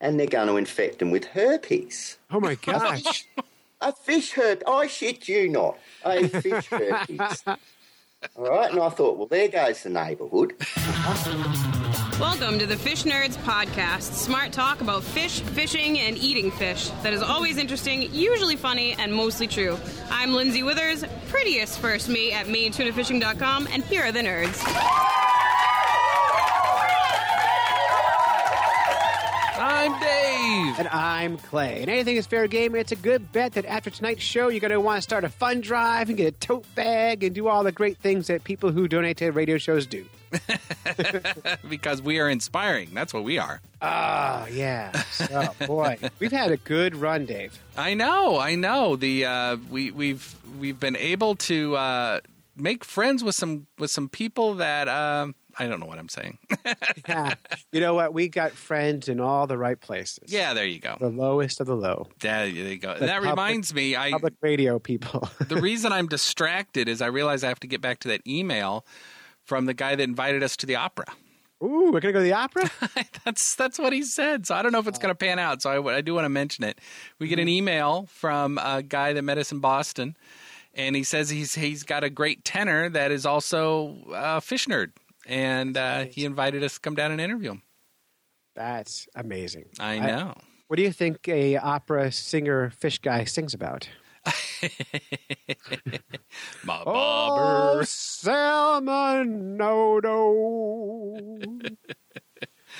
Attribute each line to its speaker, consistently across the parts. Speaker 1: and they're going to infect them with herpes.
Speaker 2: Oh my gosh.
Speaker 1: A fish herpes. I shit you not. A fish herpes. All right, and I thought, well, there goes the neighbourhood.
Speaker 3: Welcome to the Fish Nerds Podcast, smart talk about fish, fishing, and eating fish that is always interesting, usually funny, and mostly true. I'm Lindsay Withers, prettiest first mate at MaineTunaFishing.com, and here are the nerds.
Speaker 2: I'm Dave.
Speaker 4: And I'm Clay. And anything is fair game. It's a good bet that after tonight's show, you're going to want to start a fund drive and get a tote bag and do all the great things that people who donate to radio shows do.
Speaker 2: Because we are inspiring. That's what we are.
Speaker 4: Oh, yeah. So, boy, we've had a good run, Dave.
Speaker 2: I know. I know. The uh, we we've we've been able to uh, make friends with some with some people that um, I don't know what I'm saying.
Speaker 4: Yeah. you know what? We got friends in all the right places.
Speaker 2: yeah, there you
Speaker 4: The
Speaker 2: go.
Speaker 4: lowest of the low.
Speaker 2: There you go.
Speaker 4: The
Speaker 2: that
Speaker 4: public-
Speaker 2: reminds me. I
Speaker 4: Public radio people.
Speaker 2: the reason I'm distracted is I realize I have to get back to that email from the guy that invited us to the opera.
Speaker 4: Ooh, we're going to go to the opera?
Speaker 2: That's that's what he said. So I don't know if it's going to pan out. So I, I do want to mention it. We
Speaker 4: Mm-hmm.
Speaker 2: get an email from a guy that met us in Boston, and he says he's he's got a great tenor that is also a fish nerd, and uh, he invited us to come down and interview him.
Speaker 4: That's amazing.
Speaker 2: I know.
Speaker 4: what do you think a opera singer fish guy sings about?
Speaker 2: My
Speaker 4: Oh,
Speaker 2: bobber.
Speaker 4: salmonodo.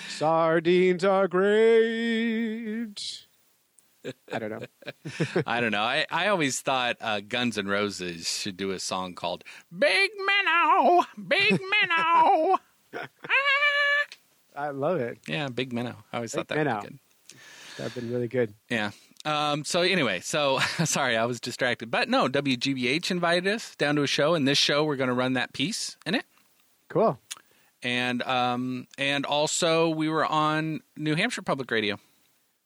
Speaker 4: Sardines are great. I don't know.
Speaker 2: I don't know. I, I always thought uh, Guns N' Roses should do a song called "Big Minnow, Big Minnow." Ah!
Speaker 4: I love it.
Speaker 2: Yeah, Big Minnow. I always thought that
Speaker 4: Big Minnow.
Speaker 2: was good.
Speaker 4: That've been really good.
Speaker 2: Yeah. Um, so anyway, so sorry I was distracted, but no, WGBH invited us down to a show, and this show we're going to run that piece in it,
Speaker 4: Cool.
Speaker 2: and um, and also we were on New Hampshire Public Radio.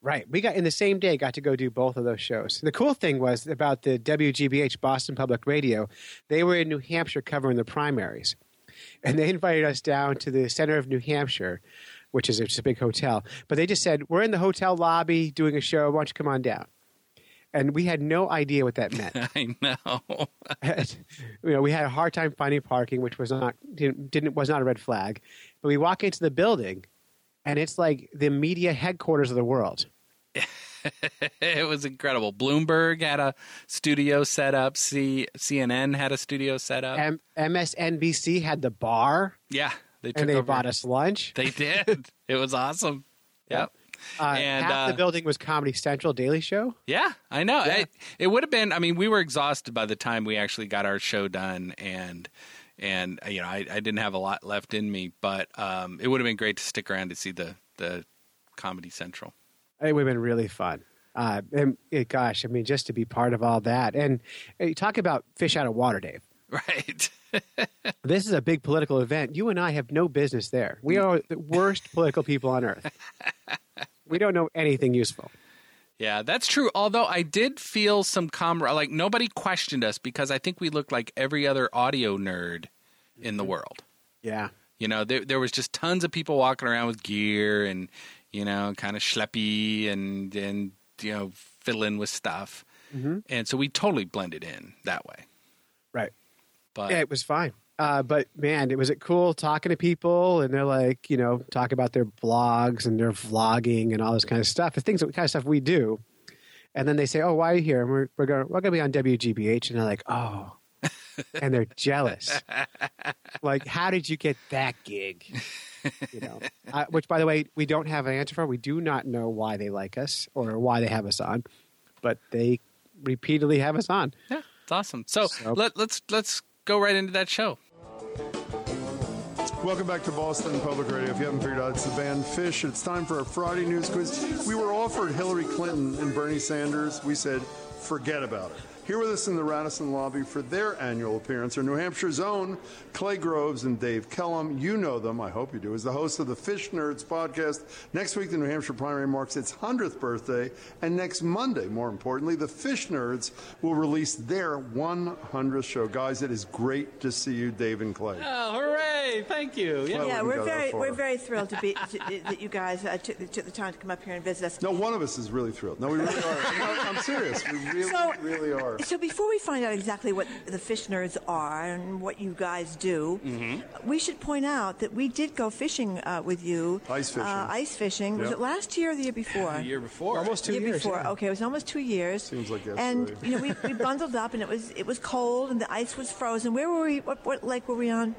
Speaker 4: Right. We got in the same day, got to go do both of those shows. The cool thing was about the WGBH Boston Public Radio, they were in New Hampshire covering the primaries. And they invited us down to the center of New Hampshire, which is just a big hotel. But they just said, We're in the hotel lobby doing a show. Why don't you come on down? And we had no idea what that meant.
Speaker 2: I know.
Speaker 4: you know, we had a hard time finding parking, which was not didn't, didn't was not a red flag. But we walk into the building, and it's like the media headquarters of the world.
Speaker 2: it was incredible. Bloomberg had a studio set up. C- CNN had a studio set up.
Speaker 4: M- MSNBC had the bar
Speaker 2: yeah, they took
Speaker 4: and they
Speaker 2: over.
Speaker 4: bought us lunch.
Speaker 2: They did. it was awesome. Yep.
Speaker 4: Uh,
Speaker 2: and,
Speaker 4: half
Speaker 2: uh,
Speaker 4: the building was Comedy Central Daily Show.
Speaker 2: Yeah, I know. It, it would have been. I mean, we were exhausted by the time we actually got our show done, and and uh, you know, I, I didn't have a lot left in me, but um, it would have been great to stick around to see the the Comedy Central.
Speaker 4: It would have been really fun. Uh, and, eh, gosh, I mean, just to be part of all that. And eh, talk about fish out of water, Dave.
Speaker 2: Right.
Speaker 4: This is a big political event. You and I have no business there. We
Speaker 2: Mm.
Speaker 4: are the worst political people on earth. We don't know anything useful.
Speaker 2: yeah, that's true. Although I did feel some camaraderie. Like nobody questioned us because I think we looked like every other audio nerd in the world.
Speaker 4: Yeah.
Speaker 2: You know, there there was just tons of people walking around with gear and you know, kind of schleppy and and you know, fiddling with stuff.
Speaker 4: Mm-hmm.
Speaker 2: And so we totally blended in that way.
Speaker 4: Right.
Speaker 2: But
Speaker 4: Yeah, it was fine. Uh, but man, it was it cool talking to people, and they're like, you know, talking about their blogs and their vlogging and all this kind of stuff, the things that kind of stuff we do. And then they say, "Oh, why are you here?" And we're we're going we're going to be on WGBH, and they're like, "Oh," and they're jealous. like, how did you get that gig? You know, uh, which by the way, we don't have an answer for. We do not know why they like us or why they have us on, but they repeatedly have us on.
Speaker 2: yeah, it's awesome. So,
Speaker 4: So-
Speaker 2: let let's let's go right into that show.
Speaker 5: Welcome back to Boston Public Radio. If you haven't figured out, it's the band Fish. It's time for our Friday news quiz. We were offered Hillary Clinton and Bernie Sanders. We said, forget about it. Here with us in the Radisson lobby for their annual appearance are New Hampshire's own Clay Groves and Dave Kellum. You know them, I hope you do, as the host of the Fish Nerds podcast. Next week, the New Hampshire primary marks its 100th birthday, and next Monday, more importantly, the Fish Nerds will release their 100th show. Guys, it is great to see you, Dave and Clay.
Speaker 2: Oh, hooray! Yay! Thank you. Yeah.
Speaker 5: Well,
Speaker 6: yeah,
Speaker 5: wouldn't
Speaker 6: we're
Speaker 5: go that
Speaker 6: very
Speaker 5: far.
Speaker 6: we're very thrilled to be to, that you guys uh, took, the, took the time to come up here and visit us.
Speaker 5: No, one of us is really thrilled. No, we really are. No, I'm serious. We really, really are.
Speaker 6: So before we find out exactly what the fish nerds are and what you guys do,
Speaker 5: Mm-hmm.
Speaker 6: we should point out that we did go fishing uh, with you.
Speaker 5: Ice fishing.
Speaker 6: Uh, ice fishing. Was
Speaker 5: Yeah.
Speaker 6: it last year or the year before?
Speaker 2: The year before.
Speaker 4: Almost two
Speaker 6: year
Speaker 4: years.
Speaker 6: before.
Speaker 4: yeah.
Speaker 6: Okay, it was almost two years.
Speaker 5: Seems like yesterday.
Speaker 6: And you know, we, we bundled up, and it was it was cold, and the ice was frozen. Where were we? What, what lake were we on?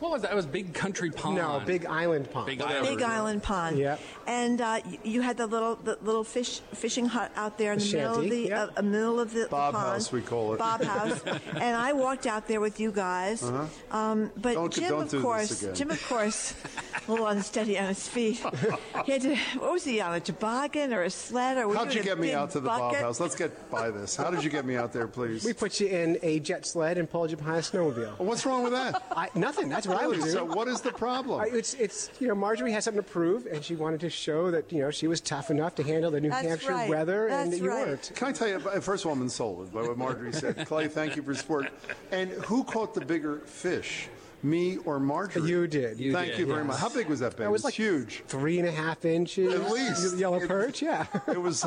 Speaker 2: What was that? It was Big Country Pond.
Speaker 4: No, Big Island Pond.
Speaker 2: Big
Speaker 5: Whatever.
Speaker 2: Island.
Speaker 6: Big Island Pond.
Speaker 4: Yeah.
Speaker 6: And uh, y- you had the little the little fish fishing hut out there in the,
Speaker 4: The
Speaker 6: middle of the
Speaker 4: shanty, yeah.
Speaker 6: uh, uh, middle of the the
Speaker 5: Bob
Speaker 6: pond.
Speaker 5: house, we call it.
Speaker 6: Bob House. and I walked out there with you guys. Um, but
Speaker 5: Uh-huh. Don't-
Speaker 6: Jim,
Speaker 5: don't
Speaker 6: of
Speaker 5: do this
Speaker 6: course,
Speaker 5: again.
Speaker 6: Jim, of course, a little unsteady on his feet. he had to, what was he on a toboggan or a sled or? was
Speaker 5: How'd
Speaker 6: it
Speaker 5: you
Speaker 6: a
Speaker 5: get me
Speaker 6: big
Speaker 5: out to the Bob
Speaker 6: bucket?
Speaker 5: house? Let's get by this. How did you get me out there, please?
Speaker 4: We put you in a jet sled and pulled you behind a snowmobile.
Speaker 5: What's wrong with that?
Speaker 4: I, nothing. That's what I would
Speaker 5: Really?
Speaker 4: do.
Speaker 5: So what is the problem?
Speaker 4: I- it's it's you know Marjorie has something to prove, and she wanted to show that you know she was tough enough to handle the New
Speaker 6: That's
Speaker 4: Hampshire
Speaker 6: right.
Speaker 4: weather, and
Speaker 6: That's
Speaker 4: that you
Speaker 6: right.
Speaker 4: weren't.
Speaker 5: Can I tell you? uh, First of all, I'm insulted by what Marjorie said. Clay, thank you for support. And who caught the bigger fish, me or Marjorie?
Speaker 4: You did. You
Speaker 5: thank
Speaker 2: did,
Speaker 5: you very
Speaker 4: yes.
Speaker 5: much. How big was that bait?
Speaker 4: That was like
Speaker 5: huge.
Speaker 4: three and a half inches.
Speaker 5: At least.
Speaker 4: yellow
Speaker 5: It-
Speaker 4: perch. Yeah,
Speaker 5: It was.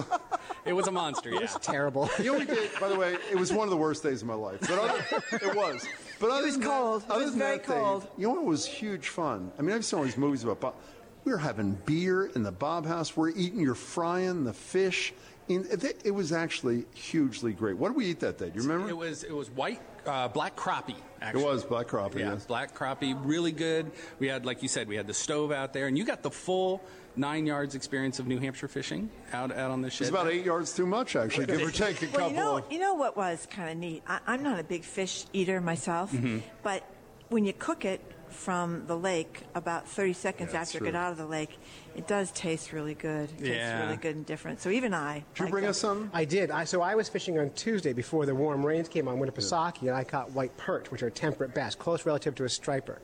Speaker 2: It was a monster. Yeah.
Speaker 4: terrible.
Speaker 5: The only day, by the way, it was one of the worst days of my life. But other, it was. But other
Speaker 6: was
Speaker 5: than
Speaker 6: cold. It
Speaker 5: That, other
Speaker 6: was
Speaker 5: than
Speaker 6: very
Speaker 5: that, Dave,
Speaker 6: cold.
Speaker 5: you know what was huge fun? I mean, I've seen all these movies about Bob. We were having beer in the Bob House. We're eating. You're frying the fish. In, it, it was actually hugely great. What did we eat that day? Do you remember?
Speaker 2: It was it was white uh, black crappie. Actually.
Speaker 5: It was black crappie,
Speaker 2: Yeah,
Speaker 5: yes.
Speaker 2: black crappie, really good. We had, like you said, we had the stove out there, and you got the full nine yards experience of New Hampshire fishing out out on the shed.
Speaker 5: It's about eight yards too much, actually, give or take a
Speaker 6: Well,
Speaker 5: couple.
Speaker 6: you know,
Speaker 5: of-
Speaker 6: you know what was kind of neat. I, I'm not a big fish eater myself,
Speaker 5: Mm-hmm.
Speaker 6: but when you cook it from the lake, about 30 seconds
Speaker 5: Yeah, that's
Speaker 6: after you get
Speaker 5: true.
Speaker 6: out of the lake, it does taste really good. It tastes
Speaker 2: Yeah.
Speaker 6: really good and different. So even I.
Speaker 5: Did you
Speaker 6: like
Speaker 5: bring
Speaker 6: that.
Speaker 5: us some?
Speaker 4: I did. I, so I was fishing on Tuesday before the warm rains came on, went to Pisaki, and I caught white perch, which are temperate bass, close relative to a striper.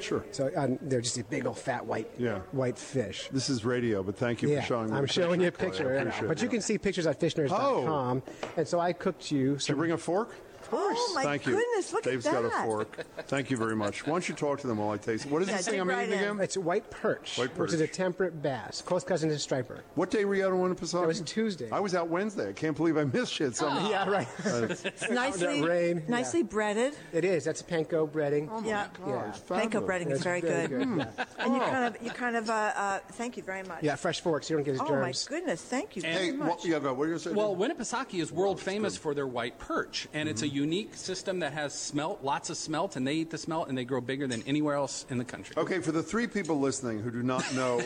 Speaker 5: Sure.
Speaker 4: So um, they're just a big old fat white
Speaker 5: Yeah.
Speaker 4: white fish.
Speaker 5: This is radio, but thank you
Speaker 4: Yeah,
Speaker 5: for showing me.
Speaker 4: I'm
Speaker 5: the
Speaker 4: showing you a
Speaker 5: Clay. I
Speaker 4: picture, right now.
Speaker 5: appreciate
Speaker 4: but you
Speaker 5: that. Oh!
Speaker 4: can see pictures at fishners.com. And so I cooked you.
Speaker 5: Did
Speaker 4: Some,
Speaker 5: you bring a fork?
Speaker 6: Of course. Oh, my
Speaker 5: Thank you.
Speaker 6: goodness, look
Speaker 5: Dave's
Speaker 6: at that.
Speaker 5: got a fork. Thank you very much. Why don't you talk to them while I taste? What is
Speaker 6: Yeah,
Speaker 5: this thing
Speaker 6: dig
Speaker 5: I'm
Speaker 6: right
Speaker 5: eating
Speaker 6: in.
Speaker 5: again?
Speaker 4: it's white perch,
Speaker 5: White
Speaker 4: which is a
Speaker 5: perch.
Speaker 4: temperate bass, close cousin to striper.
Speaker 5: What day were you out on Winnipesaukee?
Speaker 4: That was Tuesday.
Speaker 5: I was out Wednesday. I can't believe I missed you. At some
Speaker 6: Oh,
Speaker 4: Yeah, right.
Speaker 5: Uh,
Speaker 6: It's nicely,
Speaker 4: rain, yeah.
Speaker 6: nicely breaded.
Speaker 4: it is. That's panko breading.
Speaker 6: yeah.
Speaker 5: Oh, gosh,
Speaker 6: Panko
Speaker 5: fabulous.
Speaker 6: breading is
Speaker 4: It's
Speaker 6: very
Speaker 4: very
Speaker 6: good.
Speaker 4: good, yeah.
Speaker 6: And
Speaker 5: Oh.
Speaker 6: you kind of, you kind of, uh, uh, thank you very much.
Speaker 4: Yeah, fresh forks. You don't get as
Speaker 6: Oh my
Speaker 4: germs.
Speaker 6: goodness, thank you very
Speaker 5: Hey,
Speaker 6: much.
Speaker 5: what, yeah, go. What are you going to say?
Speaker 2: Well, Winnipesaukee is world famous for their white perch, and it's a unique system that has smelt, lots of smelt, and they eat the smelt, and they grow bigger than anywhere else in the country.
Speaker 5: Okay, for the three people listening who do not know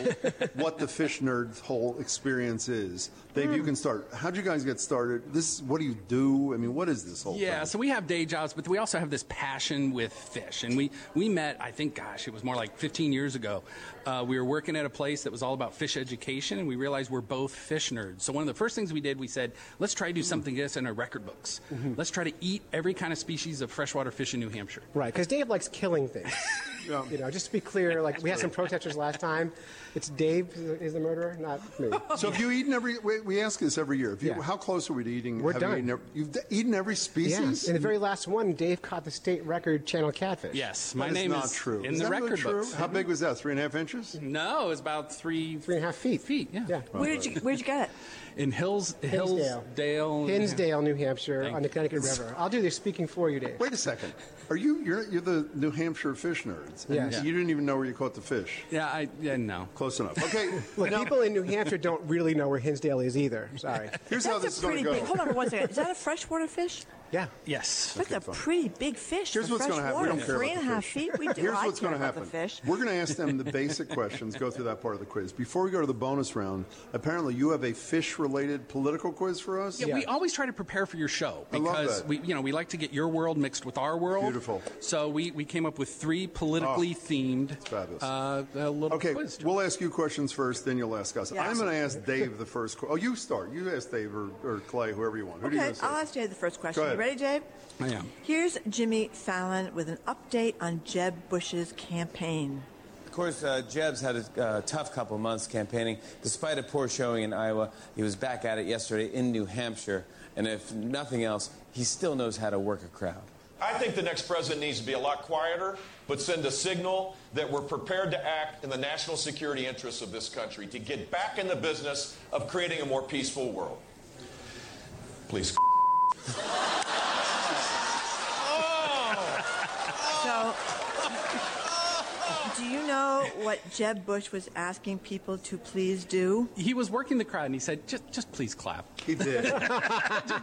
Speaker 5: what the fish nerd's whole experience is, Dave,
Speaker 6: Hmm.
Speaker 5: you can start. How'd you guys get started? This, what do you do? I mean, what is this whole thing?
Speaker 2: Yeah, so we have day jobs, but we also have this passion with fish. And we, we met, I think, gosh, it was more like 15 years ago. Uh, we were working at a place that was all about fish education, and we realized we're both fish nerds. So one of the first things we did, we said, let's try to do something like this in our record books.
Speaker 5: Mm-hmm.
Speaker 2: Let's try to eat every kind of species of freshwater fish in New Hampshire.
Speaker 4: Right, because Dave likes killing things.
Speaker 5: Yeah.
Speaker 4: You know, just to be clear, like we had some protesters last time. It's Dave is the murderer, not me.
Speaker 5: So have you eaten every? We, we ask this every year. If you,
Speaker 4: Yeah.
Speaker 5: How close are we to eating?
Speaker 4: We're
Speaker 5: have you
Speaker 4: done.
Speaker 5: eaten every- you've d- eaten every
Speaker 4: Yeah.
Speaker 5: species.
Speaker 4: In the very last one, Dave caught the state record channel catfish.
Speaker 2: Yes,
Speaker 5: That
Speaker 2: my
Speaker 5: is
Speaker 2: name
Speaker 5: not
Speaker 2: is
Speaker 5: true.
Speaker 2: in
Speaker 5: Is
Speaker 2: the
Speaker 5: that really
Speaker 2: record
Speaker 5: true?
Speaker 2: books.
Speaker 5: How big was that? Three and a half inches.
Speaker 2: No, it's about three
Speaker 4: Three and a half feet.
Speaker 2: Feet, yeah.
Speaker 4: Yeah.
Speaker 6: Where did you, where'd you get it?
Speaker 2: in Hills
Speaker 4: Hinsdale.
Speaker 2: Hillsdale
Speaker 4: Hinsdale, New Hampshire,
Speaker 2: Thank
Speaker 4: on the Connecticut River. I'll do the speaking for you, Dave.
Speaker 5: Wait a second. Are you? You're, you're the New Hampshire fish nerds. and
Speaker 4: Yes.
Speaker 5: You didn't even know where you caught the fish.
Speaker 2: Yeah, I yeah, no.
Speaker 5: Close enough. Okay.
Speaker 4: Look, people in New Hampshire don't really know where Hinsdale is either. Sorry.
Speaker 5: Here's how
Speaker 6: That's
Speaker 5: this
Speaker 6: a
Speaker 5: is
Speaker 6: pretty
Speaker 5: going to
Speaker 6: big.
Speaker 5: go.
Speaker 6: Hold on for one second. Is that a freshwater fish?
Speaker 4: Yeah.
Speaker 2: Yes.
Speaker 6: That's a pretty big fish.
Speaker 5: Here's
Speaker 6: for
Speaker 5: what's
Speaker 6: fresh
Speaker 5: gonna happen. We
Speaker 6: Water.
Speaker 5: don't care
Speaker 6: Three
Speaker 5: about
Speaker 6: and a
Speaker 5: the
Speaker 6: half
Speaker 5: fish.
Speaker 6: feet. We do.
Speaker 5: Here's
Speaker 6: I
Speaker 5: what's
Speaker 6: care
Speaker 5: going to
Speaker 6: about
Speaker 5: happen.
Speaker 6: The fish.
Speaker 5: We're going to ask them the basic questions, go through that part of the quiz. Before we go to the bonus round, apparently you have a fish related political quiz for us?
Speaker 2: Yeah, we always try to prepare for your show
Speaker 5: I love
Speaker 2: because
Speaker 5: that.
Speaker 2: we, you know, we like to get your world mixed with our world.
Speaker 5: Beautiful.
Speaker 2: So we, we came up with three politically themed
Speaker 5: fabulous.
Speaker 2: Uh, uh, little
Speaker 5: Okay,
Speaker 2: quiz. to-
Speaker 5: we'll ask you questions first, then you'll ask us.
Speaker 6: Yeah.
Speaker 5: I'm going to ask Dave the first question. Oh, you start. You ask Dave or, or Clay, whoever you want. Who do you
Speaker 6: Okay,
Speaker 5: ask?
Speaker 6: I'll ask Dave the first question.
Speaker 5: Go ahead.
Speaker 6: You ready, Dave?
Speaker 2: I am.
Speaker 6: Here's Jimmy Fallon with an update on Jeb Bush's campaign.
Speaker 7: Of course, uh, Jeb's had a uh, tough couple months campaigning. Despite a poor showing in Iowa, he was back at it yesterday in New Hampshire. And if nothing else, he still knows how to work a crowd.
Speaker 8: I think the next president needs to be a lot quieter, but send a signal that we're prepared to act in the national security interests of this country to get back in the business of creating a more peaceful world. Please.
Speaker 6: So, do you know what Jeb Bush was asking people to please do?
Speaker 9: He was working the crowd and he said, just, just please clap.
Speaker 5: He did.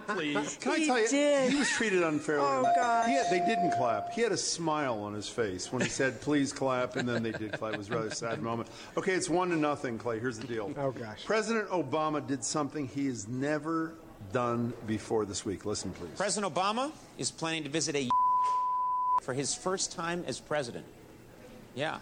Speaker 9: Please.
Speaker 5: Can I
Speaker 6: He
Speaker 5: tell you?
Speaker 6: did.
Speaker 5: He was treated unfairly.
Speaker 6: Oh,
Speaker 5: on that.
Speaker 6: gosh.
Speaker 5: He had- they didn't clap. He had a smile on his face when he said, "Please clap," and then they did clap. It was a rather sad moment. Okay, it's one to nothing, Clay. Here's the deal.
Speaker 4: Oh, gosh.
Speaker 5: President Obama did something he has never done before this week. Listen, please.
Speaker 10: President Obama is planning to visit a for his first time as president. Yeah.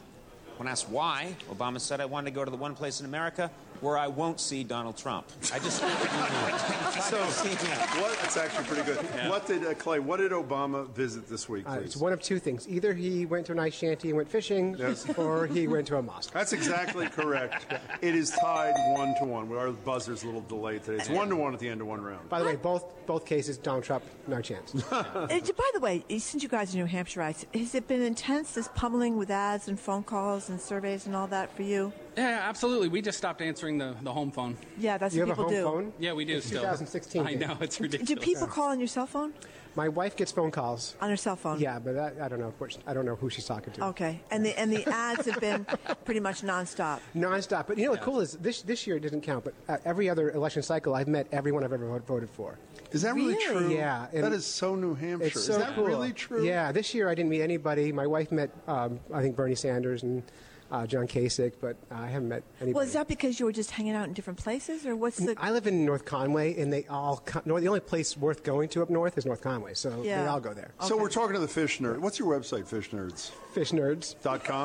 Speaker 10: When asked why, Obama said, I wanted to go to the one place in America where I won't see Donald Trump. I just need to do that.
Speaker 5: so,
Speaker 10: I've seen him.
Speaker 5: what? That's actually pretty good. What did uh, Clay? What did Obama visit this week,
Speaker 4: Uh,
Speaker 5: please?
Speaker 4: it's one of two things. Either he went to a nice shanty and went fishing,
Speaker 5: Yes.
Speaker 4: or he went to a mosque.
Speaker 5: That's exactly correct. It is tied one to one. Our buzzer's a little delayed today. It's one to one at the end of one round.
Speaker 4: By the way, both both cases, Donald Trump, no chance.
Speaker 6: Uh, by the way, since you guys are New Hampshireites, has it been intense this pummeling with ads and phone calls and surveys and all that for you?
Speaker 2: Yeah, absolutely. We just stopped answering the, the home phone.
Speaker 6: Yeah, that's
Speaker 4: you have a
Speaker 6: what people
Speaker 4: home
Speaker 6: do.
Speaker 4: phone?
Speaker 2: Yeah, we do
Speaker 4: It's
Speaker 2: still.
Speaker 4: 2016.
Speaker 2: I know it's ridiculous.
Speaker 6: Do people call on your cell phone?
Speaker 4: My wife gets phone calls.
Speaker 6: On her cell phone?
Speaker 4: Yeah, but that, I don't know. Which, I don't know who she's talking to.
Speaker 6: Okay. And the and the ads have been pretty much nonstop.
Speaker 4: Nonstop. But you know what cool is this this year it didn't count, but uh, every other election cycle I've met everyone I've ever vote, voted for.
Speaker 5: Is that really,
Speaker 6: Really?
Speaker 5: true?
Speaker 4: Yeah, and
Speaker 5: That is so New Hampshire.
Speaker 4: It's so
Speaker 5: is that
Speaker 4: cool.
Speaker 5: really true?
Speaker 4: Yeah, this year I didn't meet anybody. My wife met um, I think Bernie Sanders and uh, John Kasich, but I haven't met anybody.
Speaker 6: Well, is that because you were just hanging out in different places, or what's the?
Speaker 4: I live in North Conway, and they all co- no, the only place worth going to up north is North Conway, so they
Speaker 6: Yeah.
Speaker 4: all go there.
Speaker 5: So we're talking to the fish nerd. What's your website, fishnerds.com?
Speaker 4: Fish nerds.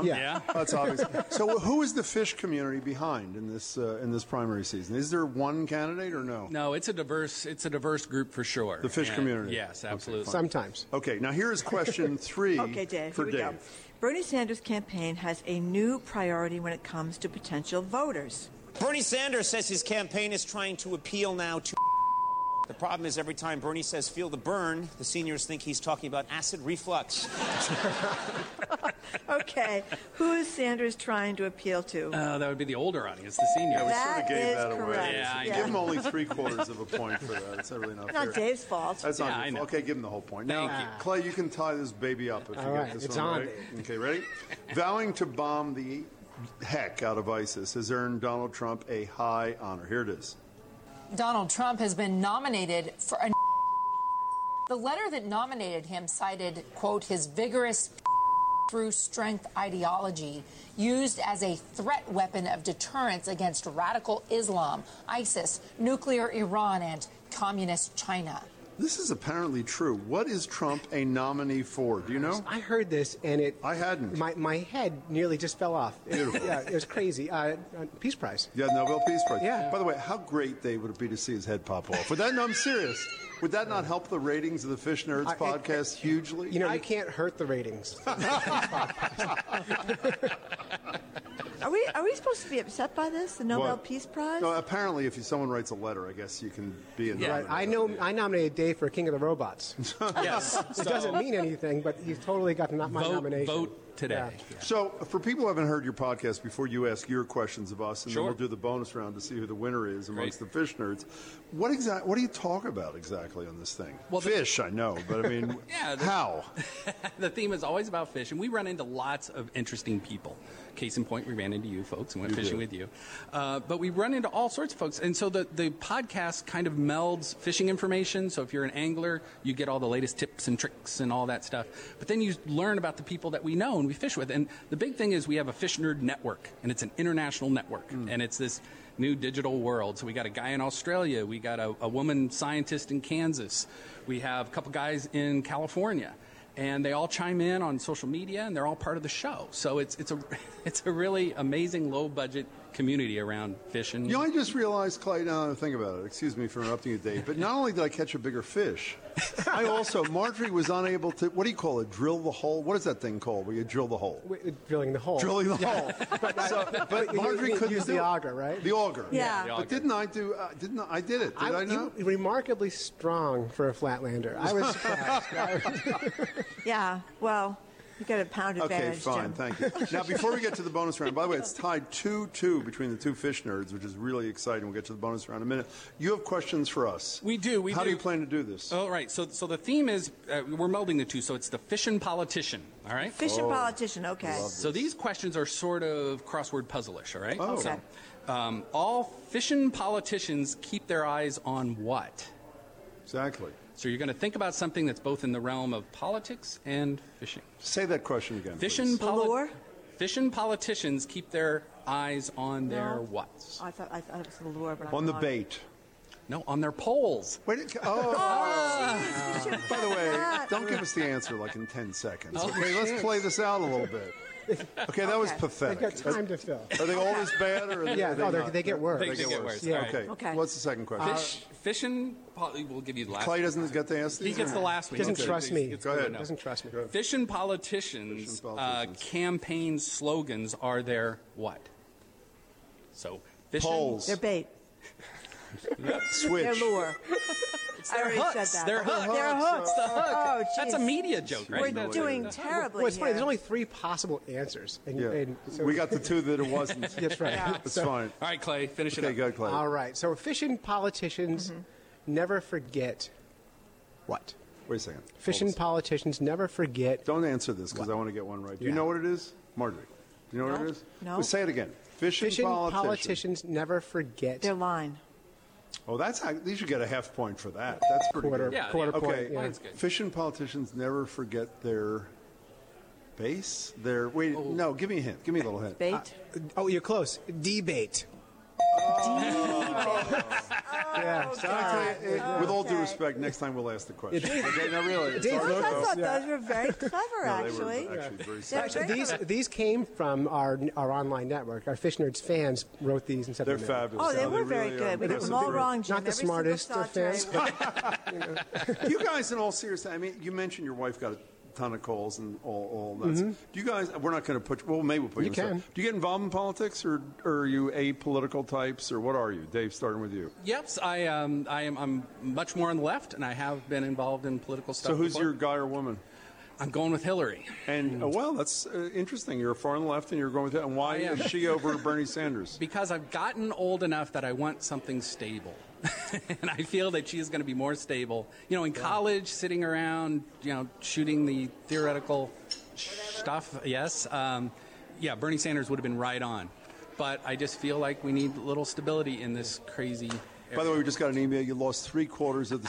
Speaker 4: Yeah. Yeah.
Speaker 5: That's obvious. so who is the fish community behind in this uh, in this primary season? Is there one candidate or no?
Speaker 2: No, it's a diverse it's a diverse group for sure.
Speaker 5: The fish
Speaker 2: And-
Speaker 5: community.
Speaker 2: Yes,
Speaker 5: Okay,
Speaker 2: absolutely.
Speaker 4: Sometimes.
Speaker 5: Okay, now here is question three
Speaker 6: okay, Dave.
Speaker 5: for
Speaker 6: here we
Speaker 5: Dave.
Speaker 6: go. Bernie Sanders' campaign has a new priority when it comes to potential voters.
Speaker 10: Bernie Sanders says his campaign is trying to appeal now to. The problem is every time Bernie says feel the burn, the seniors think he's talking about acid reflux.
Speaker 6: Okay, who is Sanders trying to appeal to?
Speaker 2: Uh, that would be the older audience, the seniors.
Speaker 5: We sort of
Speaker 6: That
Speaker 5: gave
Speaker 6: is
Speaker 5: that away.
Speaker 6: correct.
Speaker 2: Yeah, I
Speaker 5: Give
Speaker 2: know.
Speaker 5: him only three quarters of a point for that. It's really not,
Speaker 6: Not
Speaker 5: fair.
Speaker 6: Dave's fault.
Speaker 5: That's
Speaker 2: Yeah,
Speaker 5: not
Speaker 2: I
Speaker 5: your
Speaker 2: know.
Speaker 5: fault. Okay, give him the whole point. Now,
Speaker 4: Thank you.
Speaker 5: Clay, you can tie this baby up if you
Speaker 4: All
Speaker 5: get
Speaker 4: right,
Speaker 5: this
Speaker 4: it's
Speaker 5: one
Speaker 4: on,
Speaker 5: right. Okay, ready? Vowing to bomb the heck out of ISIS has earned Donald Trump a high honor. Here it is.
Speaker 11: Donald Trump has been nominated for a. The letter that nominated him cited, quote, his vigorous through strength ideology used as a threat weapon of deterrence against radical Islam, ISIS, nuclear Iran, and communist China.
Speaker 5: This is apparently true. What is Trump a nominee for? Do you know?
Speaker 4: I heard this and it.
Speaker 5: I hadn't.
Speaker 4: My, my head nearly just fell off. It-
Speaker 5: Beautiful.
Speaker 4: yeah, it was crazy. Uh, uh, Peace Prize.
Speaker 5: Yeah, Nobel Peace Prize.
Speaker 4: Yeah.
Speaker 5: By the way, how great they would it be to see his head pop off? Would that? No, I'm serious. Would that not help the ratings of the Fish Nerds
Speaker 4: I- it-
Speaker 5: podcast hugely?
Speaker 4: You know, you can't hurt the ratings.
Speaker 6: Are we are we supposed to be upset by this? The Nobel
Speaker 5: What?
Speaker 6: Peace Prize?
Speaker 5: No, apparently, if someone writes a letter, I guess you can be in.
Speaker 4: Right. I know. I nominated Dave for King of the Robots.
Speaker 2: yes.
Speaker 4: It doesn't mean anything, but he's totally got not my
Speaker 2: vote,
Speaker 4: nomination.
Speaker 2: vote today.
Speaker 5: So, uh, for people who haven't heard your podcast before, you ask your questions of us, and
Speaker 2: Sure.
Speaker 5: then we'll do the bonus round to see who the winner is amongst the fish nerds. What exact? What do you talk about exactly on this thing?
Speaker 2: Well, the-
Speaker 5: fish, I know, but I mean,
Speaker 2: Yeah, the-
Speaker 5: how?
Speaker 2: the theme is always about fish, and we run into lots of interesting people. Case in point, we ran into you folks and went fishing
Speaker 5: did.
Speaker 2: with you. Uh, but we run into all sorts of folks. And so the, the podcast kind of melds fishing information. So if you're an angler, you get all the latest tips and tricks and all that stuff. But then you learn about the people that we know and we fish with. And the big thing is we have a Fish Nerd Network, and it's an international network. And it's this new digital world. So we got a guy in Australia, we got a, a woman scientist in Kansas, we have a couple guys in California and they all chime in on social media and they're all part of the show. So it's it's a it's a really amazing low budget community around fishing.
Speaker 5: You know, I just realized, Clyde, now that I think about it, excuse me for interrupting you, Dave, but not only did I catch a bigger fish, I also, Marjorie was unable to, what do you call it, drill the hole? What is that thing called where you drill the hole?
Speaker 4: drilling the hole.
Speaker 5: Drilling the hole. So- but
Speaker 4: you-
Speaker 5: Marjorie
Speaker 4: you
Speaker 5: couldn't
Speaker 4: use the
Speaker 5: do it.
Speaker 4: auger, right?
Speaker 5: The auger.
Speaker 4: Yeah. Yeah, the
Speaker 5: But
Speaker 4: auger.
Speaker 5: didn't I do, uh, didn't I, I did it, did I,
Speaker 4: I,
Speaker 5: not?
Speaker 4: you- remarkably strong for a flatlander. I was
Speaker 6: Yeah. Well, you got a pound
Speaker 5: Okay,
Speaker 6: advantage,
Speaker 5: fine.
Speaker 6: Jim.
Speaker 5: Thank you. Now, before we get to the bonus round, by the way, it's tied 2 2 between the two fish nerds, which is really exciting. We'll get to the bonus round in a minute. You have questions for us.
Speaker 2: We do. We
Speaker 5: How
Speaker 2: do.
Speaker 5: do you plan to do this?
Speaker 2: Oh, right. So, so the theme is uh, we're melding the two. So it's the fish and politician. All right.
Speaker 6: Fish
Speaker 5: Oh,
Speaker 6: and politician. Okay.
Speaker 2: So these questions are sort of crossword puzzle-ish. All right.
Speaker 6: Oh. Okay.
Speaker 2: So, um, all fish and politicians keep their eyes on what?
Speaker 5: Exactly.
Speaker 2: So you're going to think about something that's both in the realm of politics and fishing.
Speaker 5: Say that question again.
Speaker 2: Fish
Speaker 5: please.
Speaker 2: and poli- Fish and politicians keep their eyes on their what?
Speaker 6: Oh, I thought I thought it was the lure, but I'm
Speaker 5: On the
Speaker 6: wrong.
Speaker 5: bait.
Speaker 2: No, on their poles.
Speaker 5: Wait, oh. By the way, don't give us the answer like in 10 seconds.
Speaker 4: Oh,
Speaker 5: Okay, let's
Speaker 4: shit.
Speaker 5: play this out a little bit. Okay, that was pathetic.
Speaker 4: They've got time to fill.
Speaker 5: Are they all this bad? Or are
Speaker 4: Yeah,
Speaker 5: they,
Speaker 4: no, they're-
Speaker 5: not?
Speaker 4: they get worse.
Speaker 2: They get worse, all right.
Speaker 5: Okay.
Speaker 2: Okay.
Speaker 5: What's the second question?
Speaker 2: Fish, fish and poli- we'll give you the last.
Speaker 5: Clay doesn't get the answer.
Speaker 2: He gets the last one.
Speaker 4: Doesn't
Speaker 2: Okay.
Speaker 4: trust me.
Speaker 2: It's
Speaker 4: Go
Speaker 2: good
Speaker 4: ahead.
Speaker 2: enough.
Speaker 4: Doesn't trust me.
Speaker 2: Fish and politicians, Uh, campaign slogans are their what? So fish and-
Speaker 6: Their bait.
Speaker 5: Switch.
Speaker 6: Their lure. I already
Speaker 2: hooks.
Speaker 6: said that.
Speaker 2: They're hooks.
Speaker 6: Their hooks.
Speaker 2: It's the hook.
Speaker 6: Oh,
Speaker 2: That's a
Speaker 6: geez.
Speaker 2: media joke, right?
Speaker 6: We're
Speaker 2: That's-
Speaker 6: doing
Speaker 2: that's-
Speaker 6: terribly
Speaker 4: Well, it's funny.
Speaker 6: here.
Speaker 4: There's only three possible answers, and,
Speaker 5: Yeah.
Speaker 4: and so-
Speaker 5: we got the two that it wasn't.
Speaker 4: That's right. Yeah.
Speaker 5: It's
Speaker 4: So-
Speaker 5: fine.
Speaker 2: All right, Clay, finish it
Speaker 5: Okay,
Speaker 2: up.
Speaker 5: go, Clay.
Speaker 4: All right. So fishing politicians never forget what?
Speaker 5: Wait a second.
Speaker 4: Fishing politicians never forget.
Speaker 5: Don't answer this because I want to get one right. Do you
Speaker 4: Yeah.
Speaker 5: know what it is, Marjorie? Do you know what
Speaker 6: No.
Speaker 5: it is?
Speaker 6: No.
Speaker 5: Well, say it again. Fish and
Speaker 4: Fishing
Speaker 5: politician.
Speaker 4: politicians never forget.
Speaker 6: Their line.
Speaker 5: Oh, that's ac- you should get a half point for that. That's pretty
Speaker 4: Quarter-
Speaker 5: good.
Speaker 4: Yeah, quarter
Speaker 5: okay.
Speaker 4: yeah. point, yeah. Mine's
Speaker 2: good.
Speaker 5: Fish and politicians never forget their base. Their wait, no, give me a hint. Give me a little hint.
Speaker 6: Bait.
Speaker 2: Uh,
Speaker 4: Oh, you're close. Debate.
Speaker 6: Oh,
Speaker 4: Yeah.
Speaker 5: Can I tell you, it- With all due respect, next time we'll ask the question. Okay, no, really. it's
Speaker 4: Dave
Speaker 5: our
Speaker 4: Lewis.
Speaker 5: show.
Speaker 6: I thought
Speaker 4: Yeah.
Speaker 6: those were very clever,
Speaker 5: No, they were
Speaker 6: actually.
Speaker 5: actually very
Speaker 6: They're
Speaker 5: smart.
Speaker 4: Actually,
Speaker 6: very
Speaker 4: these
Speaker 6: clever.
Speaker 4: these came from our our online network. Our Fish Nerds fans wrote these and said
Speaker 5: They're
Speaker 4: them in.
Speaker 5: fabulous.
Speaker 6: Oh, they
Speaker 5: Yeah,
Speaker 6: were very
Speaker 5: really are.
Speaker 6: good. We got
Speaker 5: Those
Speaker 6: them
Speaker 5: are
Speaker 6: all
Speaker 5: great.
Speaker 6: wrong, Jim.
Speaker 4: Not the
Speaker 6: Every single
Speaker 4: smartest of
Speaker 6: solitary
Speaker 4: fans,
Speaker 6: one.
Speaker 5: you guys, in all seriousness, I mean, you mentioned your wife got a ton of calls and all, all that. Do you guys? We're not going to put. Well, maybe we'll put you.
Speaker 4: Mm-hmm. You
Speaker 5: in the
Speaker 4: can.
Speaker 5: spot. Do you get involved in politics, or, or are you apolitical types, or what are you, Dave? Starting with you.
Speaker 2: Yep, I um, I am. I'm much more on the left, and I have been involved in political stuff.
Speaker 5: So, who's
Speaker 2: before.
Speaker 5: your guy or woman?
Speaker 2: I'm going with Hillary.
Speaker 5: And uh, well, that's uh, interesting. You're far on the left, and you're going with that. And why
Speaker 2: Hmm. I am.
Speaker 5: is she over Bernie Sanders?
Speaker 2: Because I've gotten old enough that I want something stable. and I feel that she is going to be more stable. You know, in college, sitting around, you know, shooting the theoretical sh- stuff, yes. Um, yeah, Bernie Sanders would have been right on. But I just feel like we need a little stability in this crazy.
Speaker 5: By the way, we just got an email. You lost three quarters of the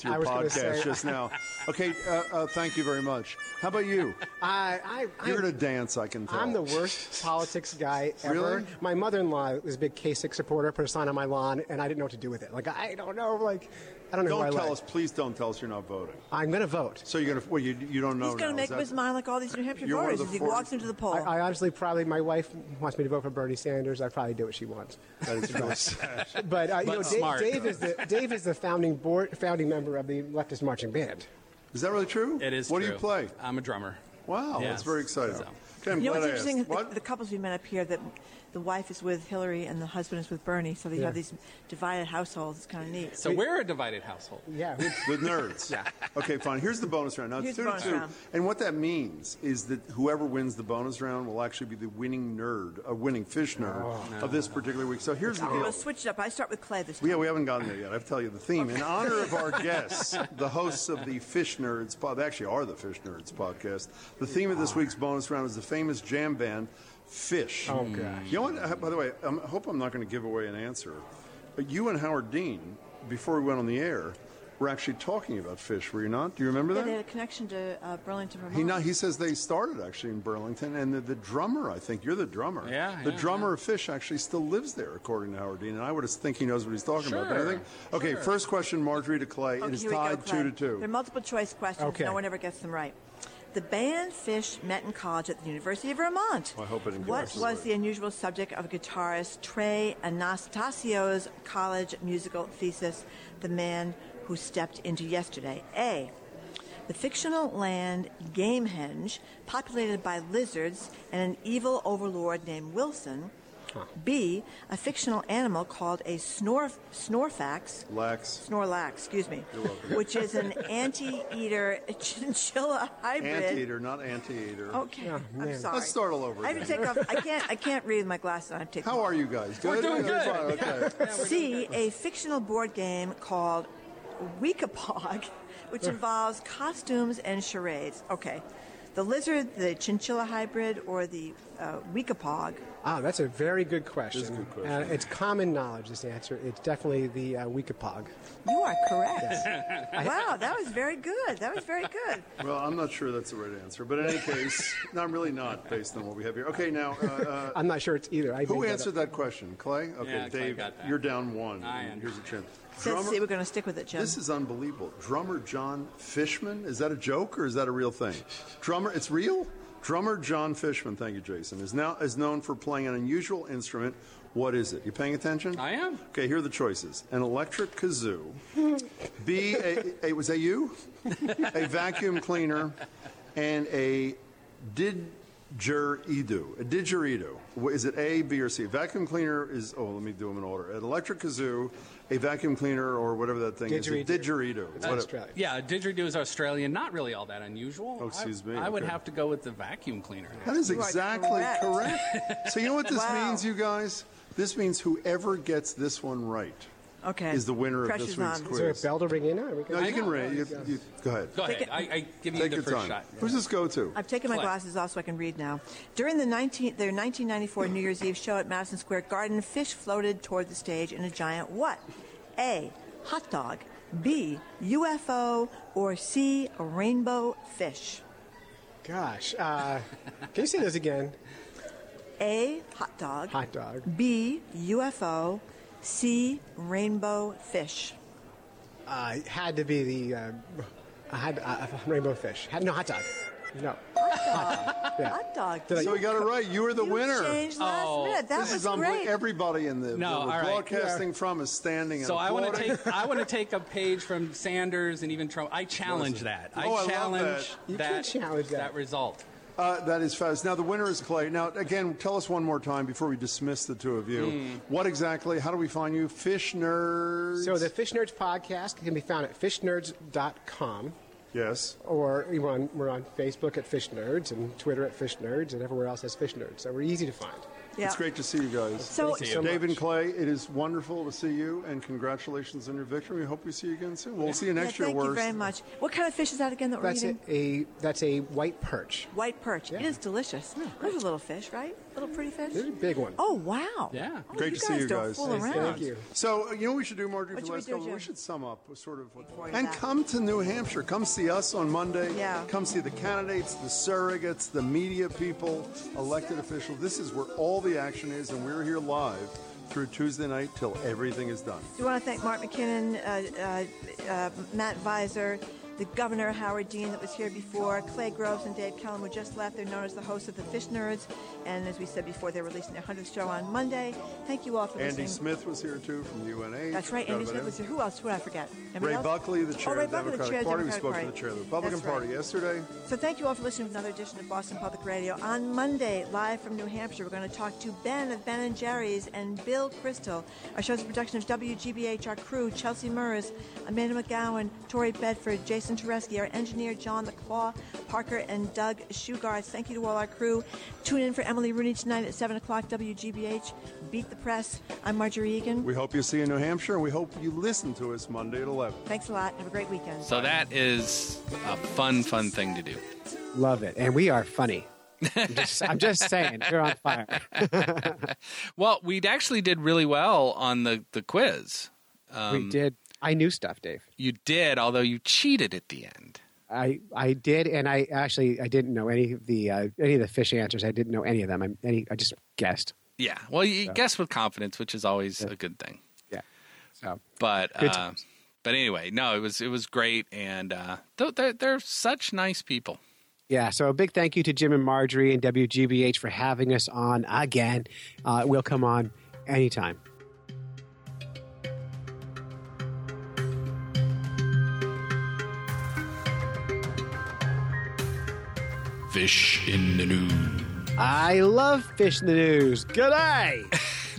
Speaker 5: to
Speaker 4: I
Speaker 5: your
Speaker 4: was gonna
Speaker 5: podcast
Speaker 4: say-
Speaker 5: just now. Okay, uh, uh, thank you very much. How about you?
Speaker 4: I, I,
Speaker 5: You're
Speaker 4: I'm-
Speaker 5: going to dance, I can tell.
Speaker 4: I'm the worst politics guy ever.
Speaker 5: Really?
Speaker 4: My mother-in-law is a big K6 supporter, put a sign on my lawn, and I didn't know what to do with it. Like, I don't know. Like, I don't know who I
Speaker 5: Don't tell
Speaker 4: like.
Speaker 5: us, please. Don't tell us you're not voting.
Speaker 4: I'm going to vote.
Speaker 5: So you're going to? Well, you, you don't know.
Speaker 6: He's going
Speaker 5: now,
Speaker 6: to make
Speaker 5: is that-
Speaker 6: up his mind like all these New Hampshire
Speaker 5: You're one of the
Speaker 6: voters as he
Speaker 5: four-
Speaker 6: walks into the poll.
Speaker 4: I, I honestly probably my wife wants me to vote for Bernie Sanders. I probably do what she wants.
Speaker 5: That is really sad.
Speaker 4: But, uh, you
Speaker 2: But
Speaker 4: know, Dave,
Speaker 2: smart.
Speaker 4: Dave is the Dave is the founding board founding member of the leftist marching band.
Speaker 5: Is that really true?
Speaker 2: It is
Speaker 5: What do
Speaker 2: true.
Speaker 5: you play?
Speaker 2: I'm a drummer.
Speaker 5: Wow,
Speaker 2: Yeah.
Speaker 5: that's very exciting.
Speaker 2: So-
Speaker 5: Okay, I'm
Speaker 6: you know
Speaker 5: glad
Speaker 6: what's
Speaker 5: I asked.
Speaker 6: interesting? The,
Speaker 5: What?
Speaker 6: the couples we met up here that the wife is with Hillary and the husband is with Bernie, so they
Speaker 4: Yeah.
Speaker 6: have these divided households. It's kind of neat.
Speaker 2: So we're a divided household.
Speaker 4: Yeah, we-
Speaker 5: The nerds.
Speaker 2: Yeah.
Speaker 5: Okay, fine. Here's the bonus round. Now it's
Speaker 6: Here's
Speaker 5: two
Speaker 6: the
Speaker 5: to
Speaker 6: bonus
Speaker 5: two.
Speaker 6: round.
Speaker 5: And what that means is that whoever wins the bonus round will actually be the winning nerd, a winning fish nerd
Speaker 2: Oh,
Speaker 5: of this particular week. So here's the
Speaker 6: we'll
Speaker 5: deal.
Speaker 6: switch it up. I start with Clay this time.
Speaker 5: Yeah, we haven't gotten there yet. I have to tell you the theme. In honor of our guests, the hosts of the Fish Nerds pod, they actually are the Fish Nerds podcast. The theme of this week's bonus round is the famous jam band Fish. Oh gosh! You know what? Uh, By the way, um, I hope I'm not going to give away an answer. But you and Howard Dean, before we went on the air, were actually talking about Fish. Were you not? Do you remember
Speaker 6: Yeah,
Speaker 5: that?
Speaker 6: they had a connection to uh, Burlington, Vermont.
Speaker 5: He, no, he says they started actually in Burlington, and the, the drummer, I think, you're the drummer.
Speaker 2: Yeah,
Speaker 5: The
Speaker 2: yeah,
Speaker 5: drummer of Fish actually still lives there, according to Howard Dean, and I would just think he knows what he's talking about. But I
Speaker 2: Sure,
Speaker 5: think, okay, first question, Marjorie to Clay.
Speaker 6: Okay,
Speaker 5: it is
Speaker 6: Oh, here we go,
Speaker 5: tied
Speaker 6: Clay.
Speaker 5: two to
Speaker 6: They're
Speaker 5: two.
Speaker 6: multiple choice questions.
Speaker 4: Okay.
Speaker 6: No one ever gets them right. The band Fish met in college at the University of Vermont.
Speaker 5: I hope it didn't get
Speaker 6: What
Speaker 5: us
Speaker 6: was
Speaker 5: away.
Speaker 6: the unusual subject of guitarist Trey Anastasio's college musical thesis, The Man Who Stepped Into Yesterday? A. The fictional land Gamehenge, populated by lizards and an evil overlord named Wilson. B. A fictional animal called a snorf, snorfax.
Speaker 5: Lax.
Speaker 6: Snorlax, excuse me.
Speaker 5: You're welcome.
Speaker 6: Which is an anti-eater chinchilla hybrid.
Speaker 5: Anteater, not anteater.
Speaker 6: Okay, I'm sorry.
Speaker 5: Let's start all over
Speaker 6: I have
Speaker 5: again.
Speaker 6: to take off. I can't. I can't read with my glasses. on. I have to take.
Speaker 5: How are you guys? Good? Okay, fine, okay.
Speaker 6: C, a fictional board game called Weekapog, which involves costumes and charades. Okay, the lizard, the chinchilla hybrid, or the uh, Weekapog.
Speaker 4: Ah, that's a very good question.
Speaker 6: That's a good
Speaker 4: Uh, it's common knowledge, this answer. It's definitely the uh, Wikipog.
Speaker 6: You are correct.
Speaker 4: Yes.
Speaker 6: wow, that was very good. That was very good.
Speaker 5: Well, I'm not sure that's the right answer, but in any case, no, I'm really not based on what we have here. Okay, now, uh, uh,
Speaker 4: I'm not sure it's either. I
Speaker 5: who
Speaker 4: made
Speaker 5: answered
Speaker 4: that?
Speaker 5: that question? Clay? Okay,
Speaker 4: Yeah, Clay
Speaker 5: Dave,
Speaker 4: got that.
Speaker 5: you're down one.
Speaker 4: I am.
Speaker 5: Here's a chance.
Speaker 6: So let's see, we're going to stick with it, Jim.
Speaker 5: This is unbelievable. Drummer John Fishman? Is that a joke or is that a real thing? Drummer, it's real? Drummer John Fishman, thank you, Jason, is now is known for playing an unusual instrument. What is it? You paying attention? I am. Okay, here are the choices. An electric kazoo. B a, a was that you? A vacuum cleaner and a didgeridoo. A didgeridoo. Wh- Is it A, B, or C? Vacuum cleaner is oh, let me do them in order. An electric kazoo, a vacuum cleaner, or whatever that thing is. A didgeridoo. Whatever.
Speaker 2: Yeah, a didgeridoo is Australian. Not really all that unusual.
Speaker 5: Oh, excuse
Speaker 2: I,
Speaker 5: me,
Speaker 2: I would
Speaker 5: okay.
Speaker 2: have to go with the vacuum cleaner.
Speaker 5: That is exactly correct. so you know what this
Speaker 2: Wow.
Speaker 5: means, you guys? This means whoever gets this one right
Speaker 6: Okay.
Speaker 5: is the winner
Speaker 6: Pressure's
Speaker 5: of this week's
Speaker 6: on.
Speaker 5: quiz.
Speaker 4: Is there a bell to ring in? Or we
Speaker 5: No, you can ring. You, you- go ahead.
Speaker 2: Go
Speaker 6: Take
Speaker 2: ahead. I, I give you
Speaker 5: Take
Speaker 2: the
Speaker 5: your
Speaker 2: first
Speaker 5: time.
Speaker 2: shot.
Speaker 5: Who's this go to?
Speaker 6: I've taken my
Speaker 5: Clay.
Speaker 6: glasses off so I can read now. During the 19, their 1994 New Year's Eve show at Madison Square Garden, fish floated toward the stage in a giant what? A. Hot dog. B. UFO. Or C. A rainbow fish.
Speaker 4: Gosh. Uh, can you say this again?
Speaker 6: A. Hot dog.
Speaker 4: Hot dog.
Speaker 6: B. UFO. C. Rainbow fish.
Speaker 4: Uh, it had to be the uh, I had, uh, rainbow fish. Had, no, hot dog. No.
Speaker 6: Hot dog.
Speaker 4: Did I-
Speaker 5: So we got it right. You were the
Speaker 4: You
Speaker 5: winner.
Speaker 4: changed last
Speaker 6: Oh. minute. That
Speaker 5: this
Speaker 6: was
Speaker 5: is unbelievable.
Speaker 6: great.
Speaker 5: Everybody in
Speaker 2: No,
Speaker 5: the, that we're
Speaker 2: all right.
Speaker 5: broadcasting
Speaker 2: Yeah.
Speaker 5: from is standing. and
Speaker 2: So I want to
Speaker 5: applauding.
Speaker 2: take I want to take a page from Sanders and even Trump. I challenge
Speaker 5: Listen.
Speaker 2: that.
Speaker 5: Oh, I love
Speaker 2: I challenge
Speaker 5: that. You
Speaker 2: that,
Speaker 5: can't challenge that.
Speaker 2: result.
Speaker 5: Uh, that is fast. Now the winner is Clay. Now again, tell us one more time before we dismiss the two of you.
Speaker 2: Hmm.
Speaker 4: Mm.
Speaker 5: What exactly? How do we find you? Fish nerds.
Speaker 4: So the Fish Nerds podcast can be found at fishnerds.com.
Speaker 5: Yes.
Speaker 4: Or we're on, we're on Facebook at Fish Nerds and Twitter at Fish Nerds and everywhere else as Fish Nerds. So we're easy to find.
Speaker 5: It's great to see you guys.
Speaker 4: So- Thank you so
Speaker 5: Dave
Speaker 4: much.
Speaker 5: and Clay, it is wonderful to see you, and congratulations on your victory. We hope we see you again soon. We'll see you next
Speaker 6: yeah,
Speaker 5: year.
Speaker 6: thank you
Speaker 5: Worst.
Speaker 6: very much. What kind of fish is that again that we're
Speaker 4: That's a,
Speaker 6: eating?
Speaker 4: a that's a white perch.
Speaker 6: White perch. It is delicious. There's a little fish, right? Little pretty fish.
Speaker 4: There's a big one.
Speaker 6: Oh wow!
Speaker 4: Yeah.
Speaker 6: Oh,
Speaker 5: Great
Speaker 6: you
Speaker 5: to see you
Speaker 6: don't
Speaker 5: guys.
Speaker 6: Fool around.
Speaker 5: So, uh, you know what we should do, Marjorie,
Speaker 6: What
Speaker 5: for
Speaker 6: should
Speaker 5: the
Speaker 6: we
Speaker 5: last
Speaker 6: do,
Speaker 5: couple? We
Speaker 6: Jim?
Speaker 5: should sum up with sort of what.
Speaker 6: you're
Speaker 5: And
Speaker 6: back.
Speaker 5: come to New Hampshire. Come see us on Monday.
Speaker 6: Yeah.
Speaker 5: Come see the candidates, the surrogates, the media people, elected officials. This is where all the action is, and we're here live through Tuesday night till everything is done.
Speaker 6: Do you want to thank Mark McKinnon, uh, uh, uh, Matt Visor, the governor Howard Dean that was here before, Clay Groves and Dave Kellum who just left. They're known as the hosts of the Fish Nerds, and as we said before, they're releasing their hundredth show on Monday. Thank you all for
Speaker 5: Andy
Speaker 6: listening.
Speaker 5: Smith was here too from UNH.
Speaker 6: That's right.
Speaker 5: Forgot about
Speaker 6: Andy Smith
Speaker 5: him.
Speaker 6: was here. Who else? Who did I forget? Everybody
Speaker 5: Ray
Speaker 6: else?
Speaker 5: Buckley, the
Speaker 6: Oh,
Speaker 5: chair
Speaker 6: Ray
Speaker 5: of the
Speaker 6: Buckley,
Speaker 5: Democratic
Speaker 6: the chair of the
Speaker 5: Party.
Speaker 6: Democratic
Speaker 5: we spoke
Speaker 6: Party.
Speaker 5: to the chair of the Republican
Speaker 6: That's right.
Speaker 5: Party yesterday.
Speaker 6: So thank you all for listening to another edition of Boston Public Radio. On Monday, live from New Hampshire, we're going to talk to Ben of Ben and Jerry's and Bill Crystal. Our show's a production of WGBH, our crew, Chelsea Murs, Amanda McGowan, Tori Bedford, Jason Tereski, our engineer, John the Claw, Parker, and Doug Shugarth. Thank you to all our crew. Tune in for Emily Rooney tonight at 7 o'clock, WGBH. Beat the press. I'm Marjorie Egan.
Speaker 5: We hope you see you in New Hampshire, and we hope you listen to us Monday at 11.
Speaker 6: Thanks a lot. Have a great weekend.
Speaker 11: So that is a fun, fun thing to do.
Speaker 4: Love it. And we are funny. I'm just, I'm just saying, we're on fire.
Speaker 11: Well, we actually did really well on the the quiz.
Speaker 4: we did. I knew stuff, Dave.
Speaker 11: You did, although you cheated at the end.
Speaker 4: I, I did, and I actually I didn't know any of the uh, any of the fish answers. I didn't know any of them. I any I just guessed.
Speaker 11: Yeah. Well, you guess with confidence, which is always a good thing.
Speaker 4: Yeah. So,
Speaker 11: but
Speaker 4: good
Speaker 11: uh,
Speaker 4: times.
Speaker 11: but anyway, no, it was it was great, and uh, th- they're, they're such nice people.
Speaker 4: Yeah, so a big thank you to Jim and Marjorie and WGBH for having us on again. Uh, we'll come on anytime.
Speaker 12: Fish in the news.
Speaker 4: I love Fish in the News. Good day.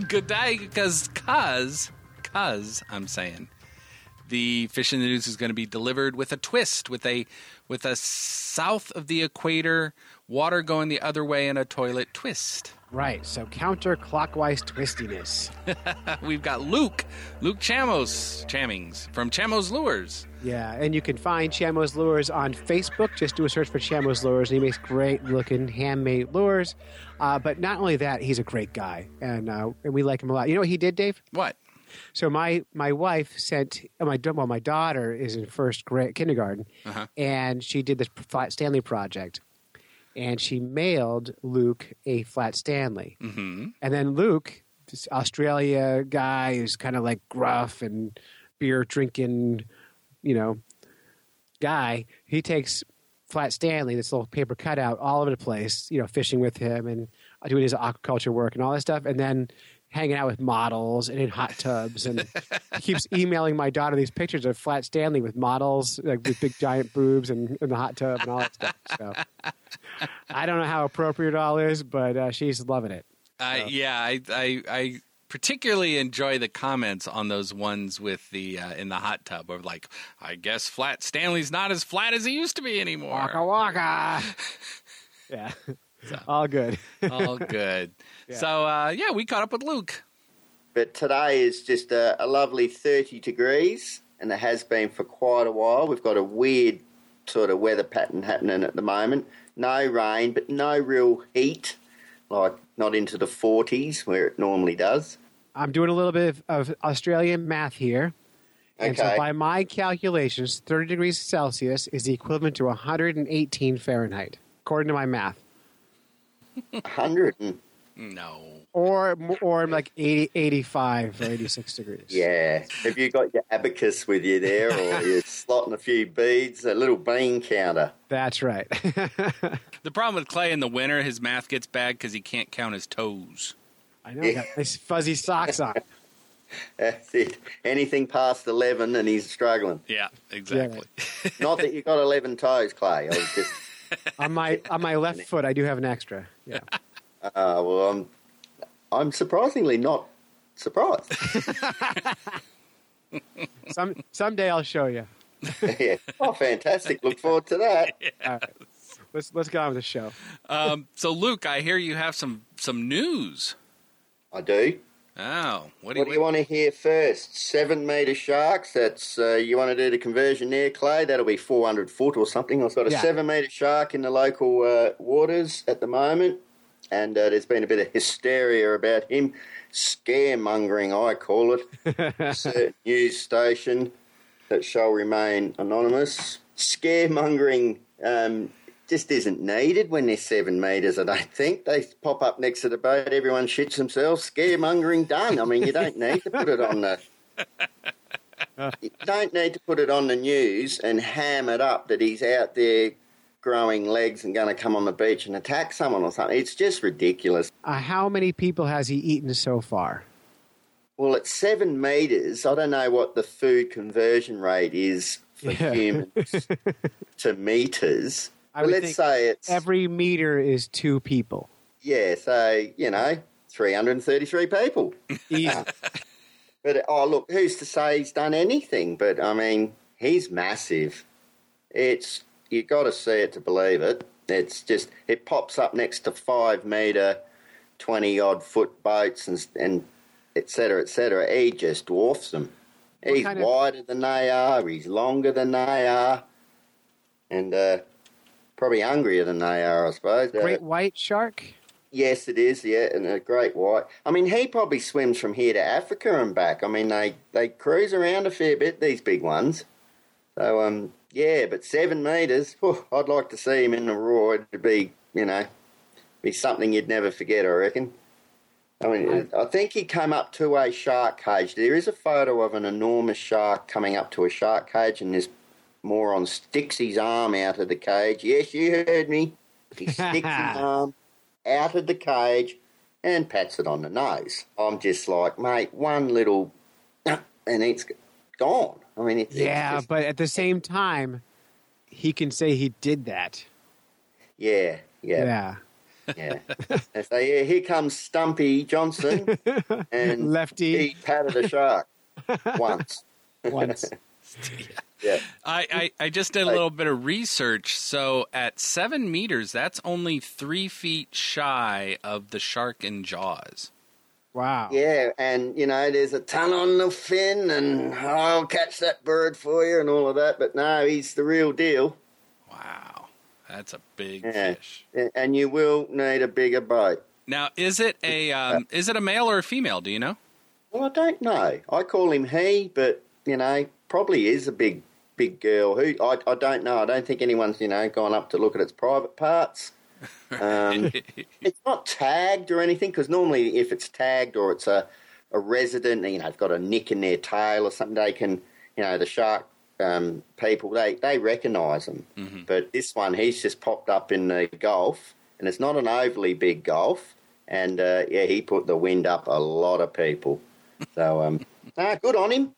Speaker 2: Good day, because, cause, cause, I'm saying the fish in the news is going to be delivered with a twist, with a with a south of the equator water going the other way in a toilet twist.
Speaker 4: Right, so counterclockwise twistiness.
Speaker 2: Uh, We've got Luke, Luke Chamos, Chamings from Chamos Lures.
Speaker 4: Yeah, and you can find Chamo's Lures on Facebook. Just do a search for Chamo's Lures, and he makes great looking handmade lures. Uh, but not only that, he's a great guy, and uh, and we like him a lot. You know what he did, Dave?
Speaker 2: What?
Speaker 4: So my my wife sent uh, my da- well my daughter is in first grade kindergarten,
Speaker 2: Uh-huh.
Speaker 4: and she did this Flat Stanley project, and she mailed Luke a Flat Stanley.
Speaker 2: Mm-hmm.
Speaker 4: And then Luke, this Australia guy who's kind of like gruff and beer drinking, you know, guy, he takes Flat Stanley, this little paper cutout, all over the place, you know, fishing with him and doing his aquaculture work and all that stuff. And then hanging out with models and in hot tubs and he keeps emailing my daughter these pictures of flat stanley with models like with big giant boobs and in the hot tub and all that stuff so i don't know how appropriate it all is but uh, she's loving it
Speaker 2: I yeah, I, I I particularly enjoy the comments on those ones with the uh, in the hot tub of like, I guess flat Stanley's not as flat as he used to be anymore.
Speaker 4: Waka waka. yeah. All good.
Speaker 2: All good. So uh, yeah, we caught up with Luke.
Speaker 1: But today is just a, a lovely 30 degrees, and it has been for quite a while. We've got a weird sort of weather pattern happening at the moment. No rain, but no real heat, like not into the 40s where it normally does.
Speaker 4: I'm doing a little bit of, of Australian math here. And so
Speaker 1: Okay.
Speaker 4: by my calculations, 30 degrees Celsius is the equivalent to 118 Fahrenheit, according to my math.
Speaker 1: 100. and-
Speaker 2: No.
Speaker 4: Or or like 80, 85 or 86 degrees.
Speaker 1: Yeah. Have you got your abacus with you there, or you're slotting a few beads, a little bean counter?
Speaker 4: That's right.
Speaker 2: The problem with Clay in the winter, his math gets bad because he can't count his toes.
Speaker 4: I know. I got nice fuzzy socks on.
Speaker 1: That's it. Anything past 11 and he's struggling.
Speaker 2: Yeah, exactly.
Speaker 1: Not that you've got 11 toes, Clay. I was just,
Speaker 4: on my on my left foot, I do have an extra. Yeah.
Speaker 1: uh, well, I'm, I'm surprisingly not surprised.
Speaker 4: Some someday I'll show you.
Speaker 1: yeah. Oh, fantastic. Look forward to that.
Speaker 4: All right. Let's let's get on with the show.
Speaker 2: Um, so Luke, I hear you have some some news.
Speaker 1: I do.
Speaker 2: Oh, what do
Speaker 1: What do you want to hear first? Seven metre sharks. That's uh, you want to do the conversion there, Clay. That'll be four hundred foot or something. I've got a
Speaker 4: Yeah.
Speaker 1: seven metre shark in the local uh, waters at the moment, and uh, there's been a bit of hysteria about him, scaremongering, I call it. a certain news station that shall remain anonymous. Scaremongering um, just isn't needed when they're seven metres, I don't think. They pop up next to the boat, everyone shits themselves. Scaremongering done. I mean, you don't need to put it on the. You don't need to put it on the news and ham it up that he's out there growing legs and going to come on the beach and attack someone or something. It's just ridiculous.
Speaker 4: Uh, how many people has he eaten so far?
Speaker 1: Well, at seven meters, I don't know what the food conversion rate is for
Speaker 4: Yeah.
Speaker 1: humans to meters.
Speaker 4: I
Speaker 1: But
Speaker 4: would
Speaker 1: let's
Speaker 4: think
Speaker 1: say it's
Speaker 4: Every meter is two people.
Speaker 1: yeah, so you know, three hundred and thirty-three people.
Speaker 4: Easy.
Speaker 1: But oh, look, who's to say he's done anything? But I mean, he's massive. It's you got to see it to believe it. It's just it pops up next to five meter, twenty odd foot boats and and et cetera, et cetera. He just dwarfs them.
Speaker 4: What
Speaker 1: he's
Speaker 4: kind of-
Speaker 1: wider than they are. He's longer than they are, and uh, probably hungrier than they are, I suppose. Uh,
Speaker 4: Great white shark.
Speaker 1: Yes, it is. Yeah, and a great white. I mean, he probably swims from here to Africa and back. I mean, they they cruise around a fair bit. These big ones. So um, yeah, but seven meters. whew, I'd like to see him in the raw. It'd be you know, be something you'd never forget. I reckon. I mean, I think he came up to a shark cage. There is a photo of an enormous shark coming up to a shark cage, and this moron sticks his arm out of the cage. Yes, you heard me. He sticks his arm out of the cage and pats it on the nose. I'm just like, mate, one little, and it's gone. I mean, it's,
Speaker 4: Yeah,
Speaker 1: it's just,
Speaker 4: but at the same time, he can say he did that.
Speaker 1: yeah, yeah,
Speaker 4: Yeah.
Speaker 1: yeah. And so yeah, here comes Stumpy Johnson and Lefty. He patted a shark once.
Speaker 4: Once.
Speaker 1: yeah.
Speaker 2: I, I, I just did a little bit of research. So at seven meters, that's only three feet shy of the shark in Jaws.
Speaker 4: Wow.
Speaker 1: Yeah, and you know, there's a ton on the fin, and I'll catch that bird for you, and all of that. But no, he's the real deal.
Speaker 2: Wow, that's a big
Speaker 1: Yeah.
Speaker 2: fish.
Speaker 1: And- And you will need a bigger boat.
Speaker 2: Now, is it a um, is it a male or a female? Do you know?
Speaker 1: Well, I don't know. I call him he, but you know, probably is a big, big girl. Who I, I don't know. I don't think anyone's you know gone up to look at its private parts. Um, it's not tagged or anything because normally if it's tagged or it's a a resident, you know, they've got a nick in their tail or something, they can, you know, the shark um, people they they recognise them. But this one, he's just popped up in the Gulf, and it's not an overly big Gulf. And uh, yeah, he put the wind up a lot of people. So um, ah, good on him.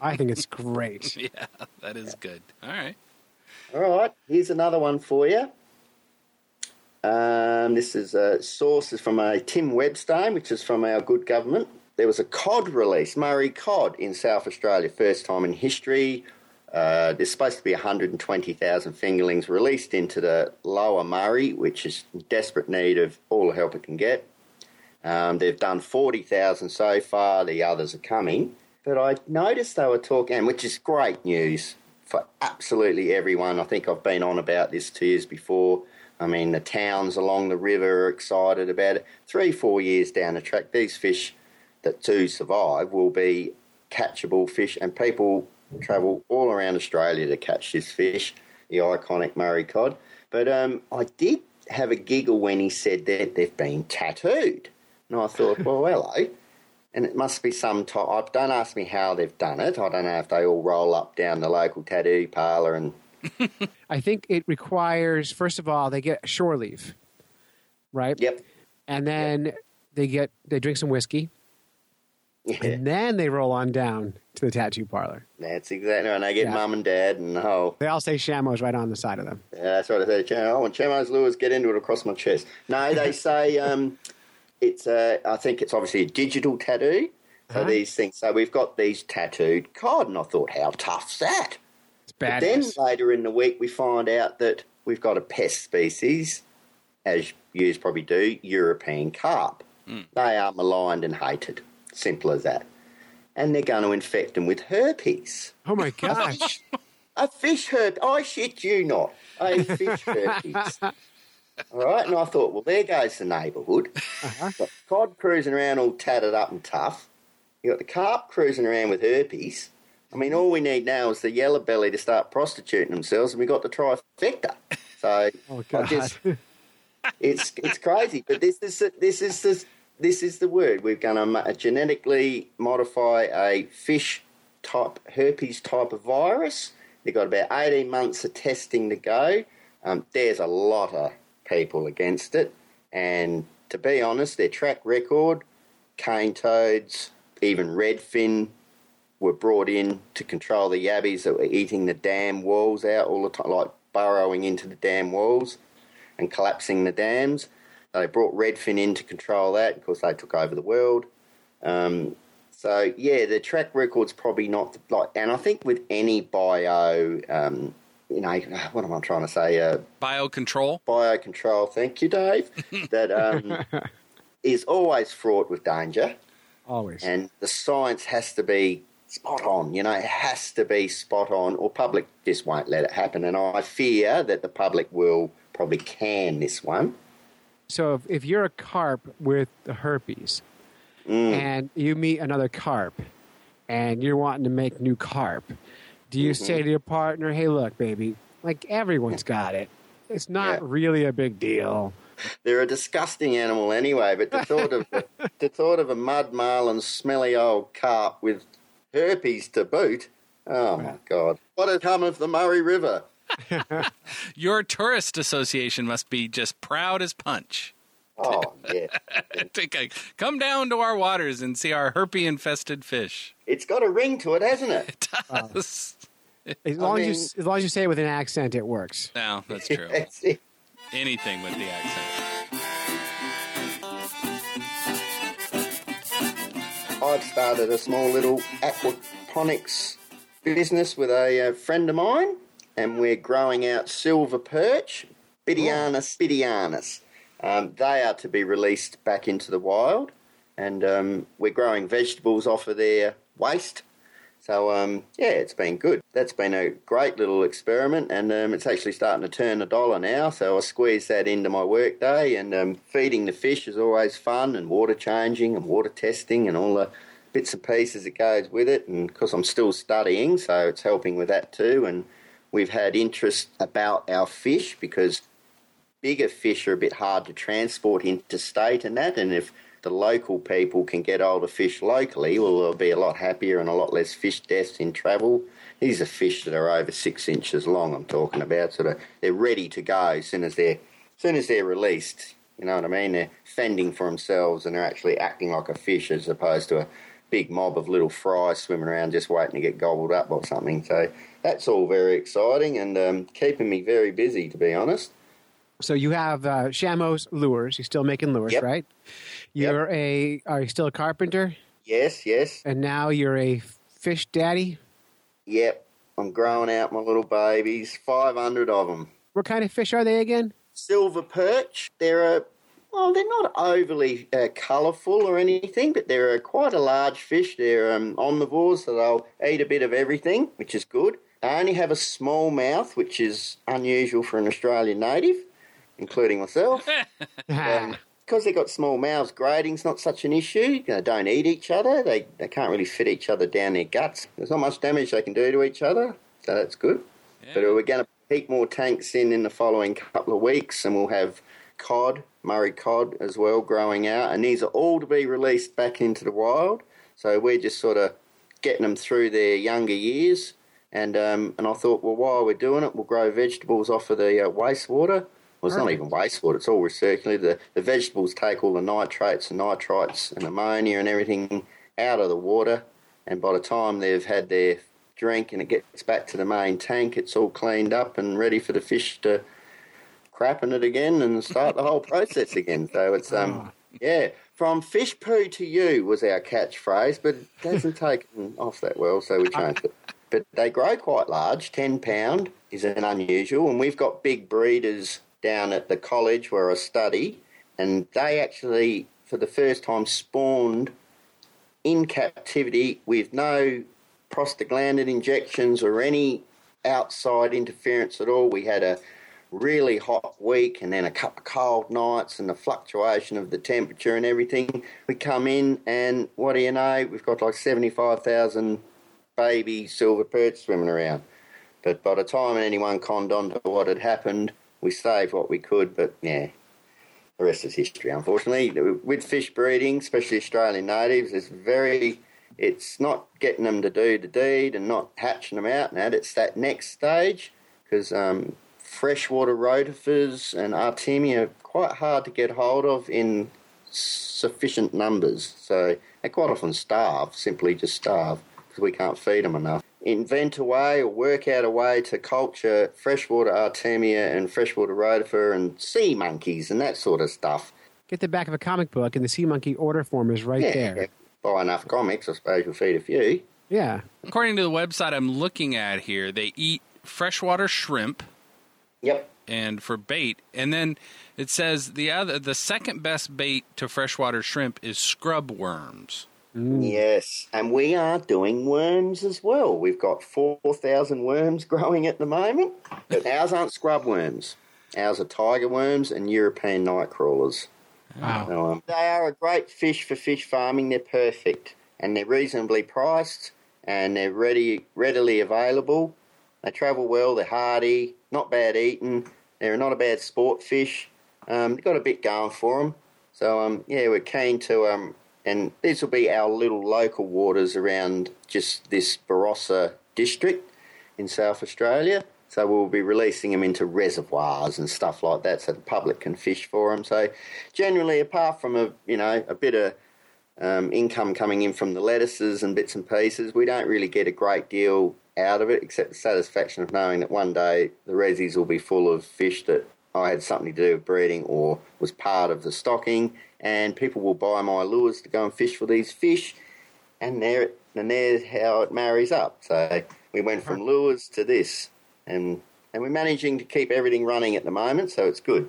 Speaker 4: I think it's great.
Speaker 2: yeah, that is good. All right.
Speaker 1: All right, here's another one for you. Um, this is a source is from a Tim Webster, which is from our good government. There was a cod release, Murray cod, in South Australia, first time in history. Uh, there's supposed to be 120,000 fingerlings released into the lower Murray, which is in desperate need of all the help it can get. Um, they've done 40,000 so far, the others are coming. But I noticed they were talking, and which is great news for absolutely everyone. I think I've been on about this two years before. I mean, the towns along the river are excited about it. Three, four years down the track, these fish that do survive will be catchable fish, and people travel all around Australia to catch this fish, the iconic Murray cod. But um, I did have a giggle when he said that they've been tattooed. And I thought, well, hello. And it must be some type. I don't ask me how they've done it. I don't know if they all roll up down the local tattoo parlour and
Speaker 4: I think it requires, first of all, they get shore leave, right?
Speaker 1: Yep.
Speaker 4: And then they get they drink some whiskey, and then they roll on down to the tattoo parlor.
Speaker 1: that's exactly. And they get
Speaker 4: Yeah.
Speaker 1: mum and dad and oh, the whole.
Speaker 4: They all say "shamos" right on the side of them.
Speaker 1: Yeah, that's what I said. Chamo- Oh, when Chamo's lures get into it across my chest. No, they say um, it's. Uh, I think it's obviously a digital tattoo. So these things. So we've got these tattooed cod, and I thought, how tough's that?
Speaker 4: It's
Speaker 1: But then later in the week, we find out that we've got a pest species, as yous probably do, European carp. They are maligned and hated. Simple as that. And they're going to infect them with herpes.
Speaker 4: Oh my gosh!
Speaker 1: A fish herpes. I shit you not. A fish herpes. All right. And I thought, well, there goes the neighbourhood. Got cod cruising around all tatted up and tough. you got the carp cruising around with herpes. I mean, all we need now is the yellow belly to start prostituting themselves, and we got the trifecta. So I just, it's it's crazy, but this is this is this this is the word we're going to genetically modify a fish type herpes type of virus. They've got about eighteen months of testing to go. Um, there's a lot of people against it, and to be honest, their track record, cane toads, even redfin were brought in to control the yabbies that were eating the dam walls out all the time, like burrowing into the dam walls and collapsing the dams. They brought Redfin in to control that. Of course, they took over the world. Um, so yeah, the track record's probably not like, and I think with any bio, um, you know, what am I trying to say? Uh,
Speaker 2: Biocontrol.
Speaker 1: biocontrol. Thank you, Dave. that um, is always fraught with danger.
Speaker 4: Always.
Speaker 1: And the science has to be spot on, you know, it has to be spot on, or public just won't let it happen. And I fear that the public will probably can this one.
Speaker 4: So if, if you're a carp with the herpes,
Speaker 1: Mm.
Speaker 4: and you meet another carp, and you're wanting to make new carp, do you
Speaker 1: Mm-hmm.
Speaker 4: say to your partner, "Hey, look, baby, like everyone's got it. It's not really a big deal."
Speaker 1: They're a disgusting animal anyway, but the thought of the thought of a mud marlin smelly old carp with herpes to boot Oh my God! What had come of the Murray River?
Speaker 2: Your tourist association must be just proud as punch.
Speaker 1: Oh yeah,
Speaker 2: Take a, come down to our waters and see our herpy infested fish.
Speaker 1: it's got a ring to it, hasn't it?
Speaker 2: That's-
Speaker 4: As long
Speaker 1: mean-
Speaker 4: as you, as long as you say it with an accent, it works.
Speaker 2: no, that's true.
Speaker 1: That's it.
Speaker 2: Anything with the accent.
Speaker 1: I've started a small little aquaponics business with a uh, friend of mine, and we're growing out silver perch, Bidianus bidianus. Um, they are to be released back into the wild, and um, we're growing vegetables off of their waste. So um, yeah, it's been good. That's been a great little experiment, and um, it's actually starting to turn a dollar now. So I squeeze that into my workday, and um, feeding the fish is always fun, and water changing, and water testing, and all the bits and pieces that goes with it. And because I'm still studying, so it's helping with that too. And we've had interest about our fish because bigger fish are a bit hard to transport interstate and that. And if the local people can get hold of fish locally, well, they'll be a lot happier and a lot less fish deaths in travel. These are fish that are over six inches long. I'm talking about, so they're, they're ready to go as soon as they're as soon as they're released. You know what I mean? They're fending for themselves and they're actually acting like a fish as opposed to a big mob of little fry swimming around just waiting to get gobbled up or something. So that's all very exciting and um, keeping me very busy, to be honest.
Speaker 4: So you have uh, Shamos lures. You're still making lures,
Speaker 1: Yep.
Speaker 4: right? You're a are you still a carpenter?
Speaker 1: Yes, yes.
Speaker 4: And now you're a fish daddy.
Speaker 1: Yep, I'm growing out my little babies, 500 of them.
Speaker 4: What kind of fish are they again?
Speaker 1: Silver perch, they're a, well, they're not overly uh, colourful or anything, but they're a, quite a large fish. They're um, omnivores, so they'll eat a bit of everything, which is good. They only have a small mouth, which is unusual for an Australian native, including myself. um, because they've got small mouths, grading's not such an issue. They don't eat each other. They, they can't really fit each other down their guts. There's not much damage they can do to each other, so that's good. But we're going to heap more tanks in in the following couple of weeks, and we'll have cod, Murray cod as well, growing out. And these are all to be released back into the wild. So we're just sort of getting them through their younger years. And um, and I thought, well, while we're doing it, we'll grow vegetables off of the uh, wastewater. Well, it's not even wastewater; it's all recirculated. The, the vegetables take all the nitrates and nitrites and ammonia and everything out of the water. And by the time they've had their drink and it gets back to the main tank, it's all cleaned up and ready for the fish to crap in it again and start the whole process again. So it's um yeah, from fish poo to you was our catchphrase, but it hasn't taken off that well, so we changed it. But they grow quite large. Ten pound is an unusual, and we've got big breeders down at the college where I study, and they actually, for the first time, spawned in captivity with no prostaglandin injections or any outside interference at all. We had a really hot week and then a couple of cold nights and the fluctuation of the temperature and everything. We come in and what do you know? We've got like 75,000 baby silver perch swimming around. But by the time anyone conned on to what had happened, we saved what we could, but yeah, the rest is history, unfortunately. With fish breeding, especially Australian natives, it's very, it's not getting them to do the deed and not hatching them out and that. It's that next stage because um, freshwater rotifers and artemia are quite hard to get hold of in sufficient numbers. So they quite often starve, simply just starve because we can't feed them enough. Invent a way or work out a way to culture freshwater artemia and freshwater rotifer and sea monkeys and that sort of stuff.
Speaker 4: Get the back of a comic book, and the sea monkey order form is right there.
Speaker 1: Buy enough comics, I suppose you'll feed a few.
Speaker 4: Yeah.
Speaker 2: According to the website I'm looking at here, they eat freshwater shrimp.
Speaker 1: Yep.
Speaker 2: And for bait, and then it says the other the second best bait to freshwater shrimp is scrub worms.
Speaker 1: Yes, and we are doing worms as well. We've got 4,000 worms growing at the moment, but ours aren't scrub worms. Ours are tiger worms and European night crawlers. Wow. they are a great fish for fish farming. They're perfect and they're reasonably priced and they're ready, readily available. They travel well, they're hardy, not bad eating, they're not a bad sport fish. Um, they've got a bit going for them. So, um, yeah, we're keen to, um, and these will be our little local waters around just this Barossa district in South Australia. So we'll be releasing them into reservoirs and stuff like that, so the public can fish for them. So generally, apart from a you know a bit of um, income coming in from the lettuces and bits and pieces, we don't really get a great deal out of it, except the satisfaction of knowing that one day the resis will be full of fish that I had something to do with breeding or was part of the stocking, and people will buy my lures to go and fish for these fish, and there and there's how it marries up. So we went from lures to this, and and we're managing to keep everything running at the moment, so it's good.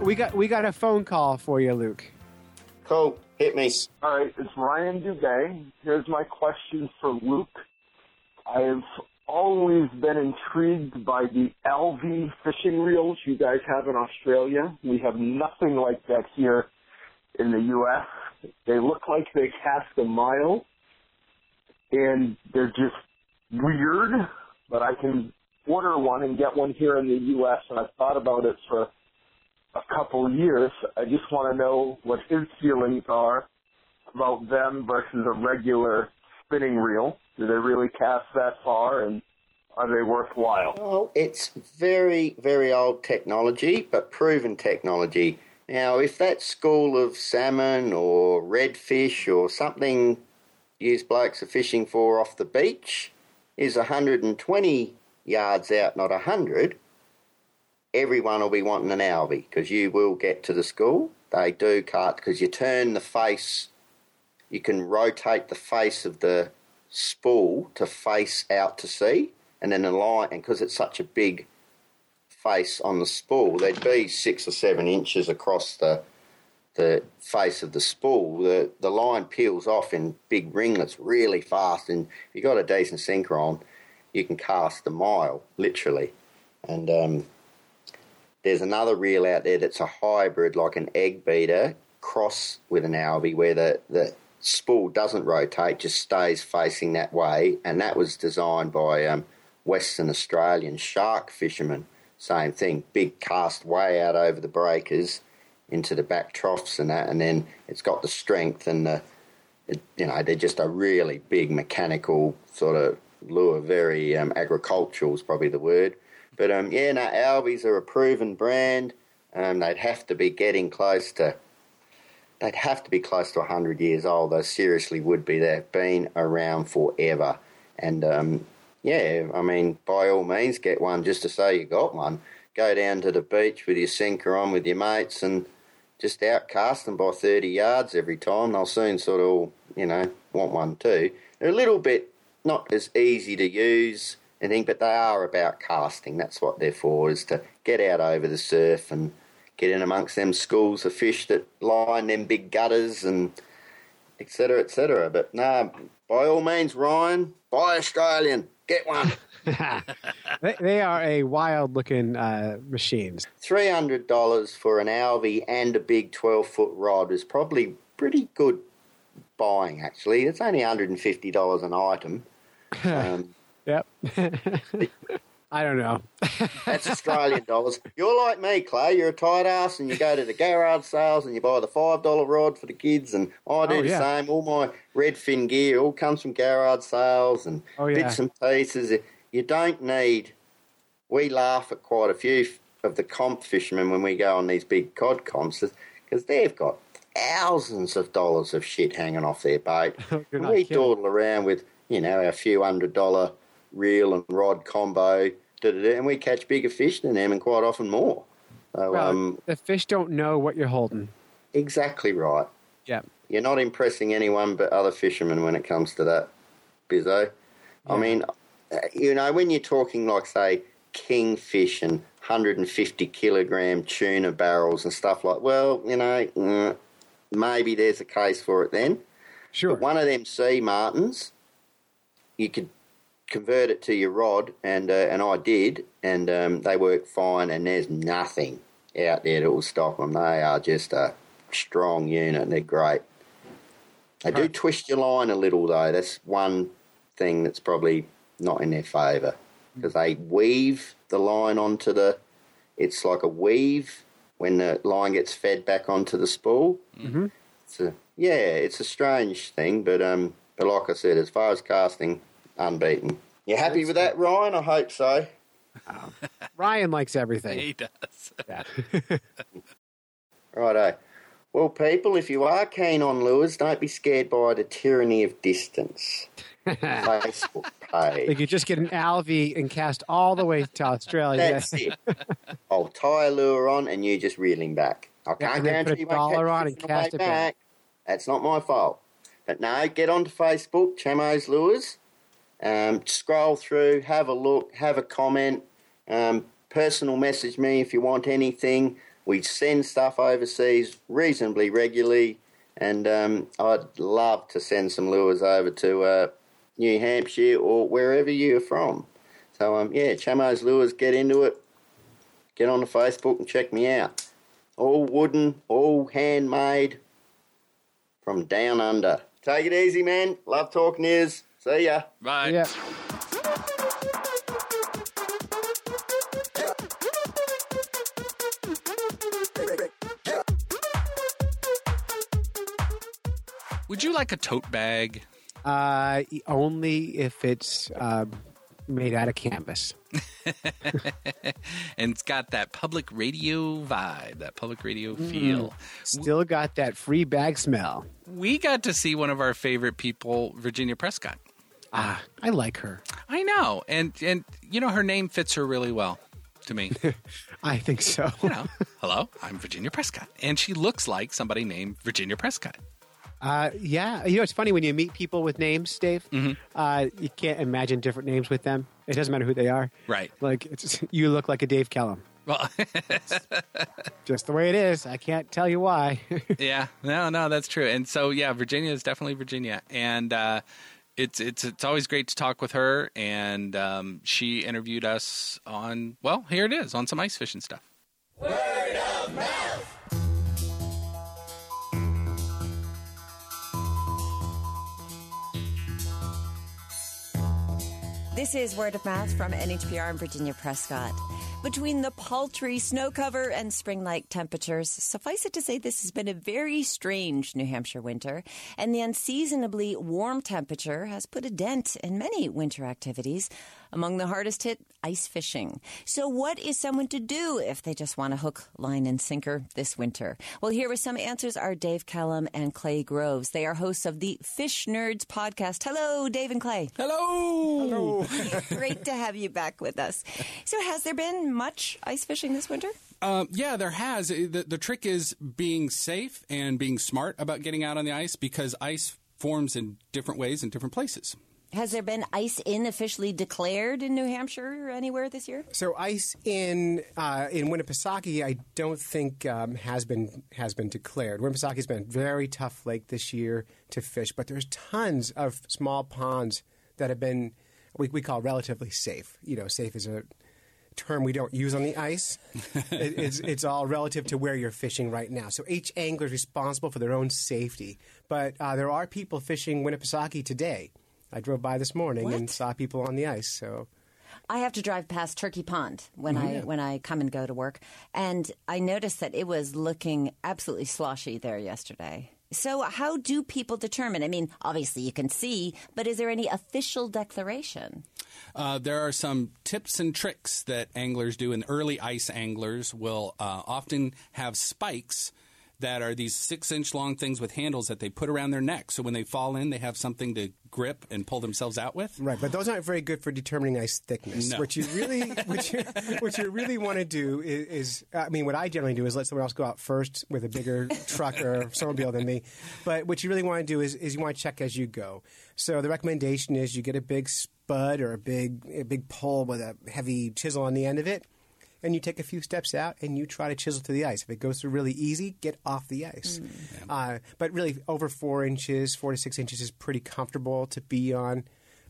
Speaker 4: We got we got a phone call for you, Luke.
Speaker 1: Cool, hit me.
Speaker 13: All right, it's Ryan Dugay. Here's my question for Luke. I've always been intrigued by the LV fishing reels you guys have in Australia. We have nothing like that here in the U.S. They look like they cast a mile, and they're just weird, but I can order one and get one here in the U.S., and I've thought about it for a couple years. I just want to know what his feelings are about them versus a regular spinning reel. Do they really cast that far, and are they worthwhile?
Speaker 1: Well, it's very, very old technology, but proven technology. Now, if that school of salmon or redfish or something you blokes are fishing for off the beach is 120 yards out, not 100, everyone will be wanting an albie because you will get to the school. They do cut because you turn the face, you can rotate the face of the spool to face out to sea, and then the line, and because it's such a big face on the spool, they'd be six or seven inches across the the face of the spool. The the line peels off in big ringlets really fast, and if you got a decent sinker on, you can cast a mile literally. And um, there's another reel out there that's a hybrid, like an egg beater cross with an albie, where the, the spool doesn't rotate, just stays facing that way. And that was designed by um, Western Australian shark fishermen. Same thing, big cast way out over the breakers into the back troughs and that. And then it's got the strength and the, it, you know, they're just a really big mechanical sort of lure, very um, agricultural is probably the word. But um, yeah, no, Albies are a proven brand. Um, they'd have to be getting close to. They'd have to be close to 100 years old. They seriously would be. They've been around forever. And um, yeah, I mean, by all means, get one just to say you got one. Go down to the beach with your sinker on with your mates and just outcast them by 30 yards every time. They'll soon sort of, you know, want one too. They're a little bit not as easy to use anything, but they are about casting. That's what they're for, is to get out over the surf and get in amongst them schools of fish that line them big gutters and et cetera, et cetera. But no, by all means, Ryan, buy Australian, get one.
Speaker 4: They, they are a wild looking uh, machines.
Speaker 1: $300 for an Alvey and a big 12 foot rod is probably pretty good buying, actually. It's only $150 an item. Um,
Speaker 4: Yep. I don't know.
Speaker 1: That's Australian dollars. You're like me, Clay. You're a tight ass, and you go to the garage sales and you buy the five dollar rod for the kids, and I do
Speaker 4: Oh,
Speaker 1: the
Speaker 4: yeah.
Speaker 1: same. All my redfin gear all comes from garage sales and
Speaker 4: Oh, yeah.
Speaker 1: bits and pieces. You don't need. We laugh at quite a few f- of the comp fishermen when we go on these big cod comps because they've got thousands of dollars of shit hanging off their bait.
Speaker 4: You're
Speaker 1: And
Speaker 4: not
Speaker 1: we
Speaker 4: kidding.
Speaker 1: dawdle around with, you know, our few hundred dollar reel and rod combo, da-da-da, and we catch bigger fish than them and quite often more. So,
Speaker 4: Well,
Speaker 1: um,
Speaker 4: the fish don't know what you're holding.
Speaker 1: exactly right.
Speaker 4: Yeah.
Speaker 1: You're not impressing anyone but other fishermen when it comes to that, Bizzo. I mean, uh, you know, when you're talking like, say, kingfish and 150 kilogram tuna barrels and stuff like, well, you know, mm, maybe there's a case for it then.
Speaker 4: Sure.
Speaker 1: But one of them sea martins, you could convert it to your rod, and uh, and I did, and um, they work fine, and there's nothing out there that will stop them. They are just a strong unit. and They're great. They do twist your line a little though. That's one thing that's probably not in their favour because they weave the line onto the. It's like a weave when the line gets fed back onto the spool.
Speaker 4: Mm-hmm.
Speaker 1: It's a, yeah, it's a strange thing, but um, But like I said, as far as casting, unbeaten. You happy with that, Ryan? I hope so.
Speaker 14: Ryan likes everything.
Speaker 2: He does.
Speaker 1: Righto. Well, people, if you are keen on lures, don't be scared by the tyranny of distance. Facebook
Speaker 14: They
Speaker 1: page.
Speaker 14: could just get an Alvey and cast all the way to Australia.
Speaker 1: That's it. I'll Oh, tie a lure on and you just reel him back. I
Speaker 14: Yeah,
Speaker 1: can't
Speaker 14: and then
Speaker 1: guarantee
Speaker 14: put a
Speaker 1: you won't
Speaker 14: dollar
Speaker 1: catch
Speaker 14: on
Speaker 1: fish
Speaker 14: and
Speaker 1: the way
Speaker 14: cast it back.
Speaker 1: That's not my fault. But no, get onto Facebook, Chamo's Lures. Um, scroll through, have a look, have a comment. Um, personal message me if you want anything. We send stuff overseas reasonably regularly, and um, I'd love to send some lures over to uh, New Hampshire or wherever you're from. So um, yeah, Chamo's Lures, get into it. Get on the Facebook and check me out. All wooden, all handmade, from down under. Take it easy, man. Love talking is. See ya.
Speaker 2: Bye.
Speaker 14: Yeah.
Speaker 2: Would you like a tote bag?
Speaker 14: Uh, only if it's uh, made out of canvas.
Speaker 2: and it's got that public radio vibe, that public radio feel.
Speaker 14: Still got that free bag smell.
Speaker 2: We got to see one of our favorite people, Virginia Prescott.
Speaker 14: Ah, I like her.
Speaker 2: I know, and and you know her name fits her really well to me.
Speaker 14: I think so.
Speaker 2: you know, hello, I'm Virginia Prescott, and she looks like somebody named Virginia Prescott.
Speaker 14: Uh, yeah, you know it's funny when you meet people with names, Dave. Uh, you can't imagine different names with them. It doesn't matter who they are.
Speaker 2: Right.
Speaker 14: Like it's, you look like a Dave Kellum.
Speaker 2: Well,
Speaker 14: Just the way it is. I can't tell you why.
Speaker 2: yeah, no, no, that's true. And so, yeah, Virginia is definitely Virginia, and uh, it's it's it's always great to talk with her. And um, she interviewed us on well, here it is on some ice fishing stuff.
Speaker 11: This is Word of Mouth from NHPR and Virginia Prescott. Between the paltry snow cover and spring like temperatures, suffice it to say this has been a very strange New Hampshire winter, and the unseasonably warm temperature has put a dent in many winter activities, among the hardest hit, ice fishing. So, what is someone to do if they just want to hook, line, and sinker this winter? Well, here with some answers are Dave Callum and Clay Groves. They are hosts of the Fish Nerds podcast. Hello, Dave and Clay.
Speaker 15: Hello.
Speaker 11: Great to have you back with us. So, has there been much ice fishing this winter?
Speaker 15: Um, yeah, there has. The, the trick is being safe and being smart about getting out on the ice because ice forms in different ways in different places.
Speaker 11: Has there been ice in officially declared in New Hampshire or anywhere this year?
Speaker 4: So ice in uh, in Winnipesaukee, I don't think um, has been has been declared. Winnipesaukee has been a very tough lake this year to fish, but there's tons of small ponds that have been we, we call relatively safe. You know, safe is a term we don't use on the ice. it, it's it's all relative to where you're fishing right now. So each angler is responsible for their own safety, but uh, there are people fishing Winnipesaukee today. I drove by this morning and saw people on the ice. So.
Speaker 11: I have to drive past Turkey Pond when
Speaker 4: Oh,
Speaker 11: I
Speaker 4: yeah.
Speaker 11: when I come and go to work, and I noticed that it was looking absolutely sloshy there yesterday. So, how do people determine? I mean, obviously you can see, but is there any official declaration?
Speaker 15: Uh, there are some tips and tricks that anglers do, and early ice anglers will uh, often have spikes that are these six inch long things with handles that they put around their neck. So when they fall in, they have something to grip and pull themselves out with.
Speaker 4: Right, but those aren't very good for determining ice thickness.
Speaker 15: No.
Speaker 4: What you really, what you, what you really want to do is, is, I mean, what I generally do is let someone else go out first with a bigger truck or snowmobile than me. But what you really want to do is, is you want to check as you go. So the recommendation is you get a big spud or a big, a big pole with a heavy chisel on the end of it, and you take a few steps out and you try to chisel to the ice. If it goes through really easy, get off the ice. Uh, but really, over four inches, four to six inches is pretty comfortable to be on.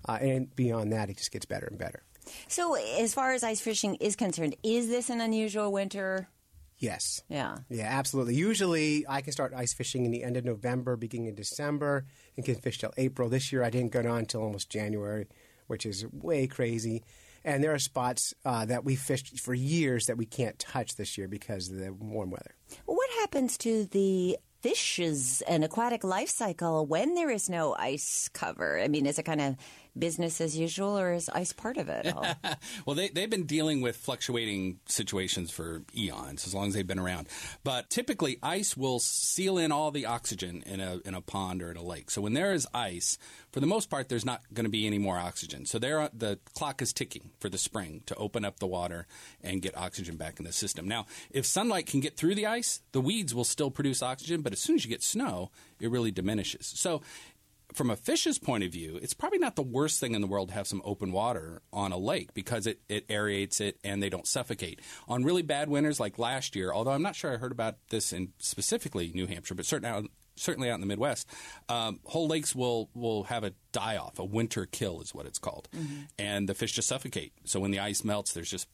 Speaker 4: Uh, and beyond that, it just gets better and better.
Speaker 11: So, as far as ice fishing is concerned, is this an unusual winter?
Speaker 4: Yes.
Speaker 11: Yeah.
Speaker 4: Yeah, absolutely. Usually, I can start ice fishing in the end of November, beginning of December, and can fish till April. This year, I didn't go on until almost January, which is way crazy. And there are spots uh, that we fished for years that we can't touch this year because of the warm weather.
Speaker 11: What happens to the fishes and aquatic life cycle when there is no ice cover? I mean, is it kind of business as usual or is ice part of it all?
Speaker 2: well, they, they've been dealing with fluctuating situations for eons, as long as they've been around. But typically, ice will seal in all the oxygen in a, in a pond or in a lake. So when there is ice, for the most part, there's not going to be any more oxygen. So there, the clock is ticking for the spring to open up the water and get oxygen back in the system. Now, if sunlight can get through the ice, the weeds will still produce oxygen, but as soon as you get snow, it really diminishes. So from a fish's point of view, it's probably not the worst thing in the world to have some open water on a lake because it, it aerates it and they don't suffocate. On really bad winters like last year, although I'm not sure I heard about this in specifically New Hampshire, but certain out, certainly out in the Midwest, um, whole lakes will, will have a die off. A winter kill is what it's called. Mm-hmm. And the fish just suffocate. So when the ice melts, there's just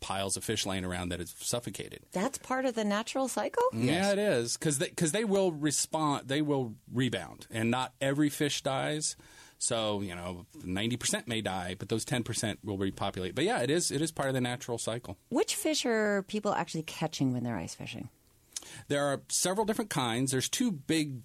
Speaker 2: piles of fish laying around that is suffocated.
Speaker 11: That's part of the natural cycle.
Speaker 2: Yeah, it is because because they, they, will respond, they will rebound, and not every fish dies. So you know, ninety percent may die, but those ten percent will repopulate. But yeah, it is it is part of the natural cycle.
Speaker 11: Which fish are people actually catching when they're ice fishing?
Speaker 2: There are several different kinds. There's two big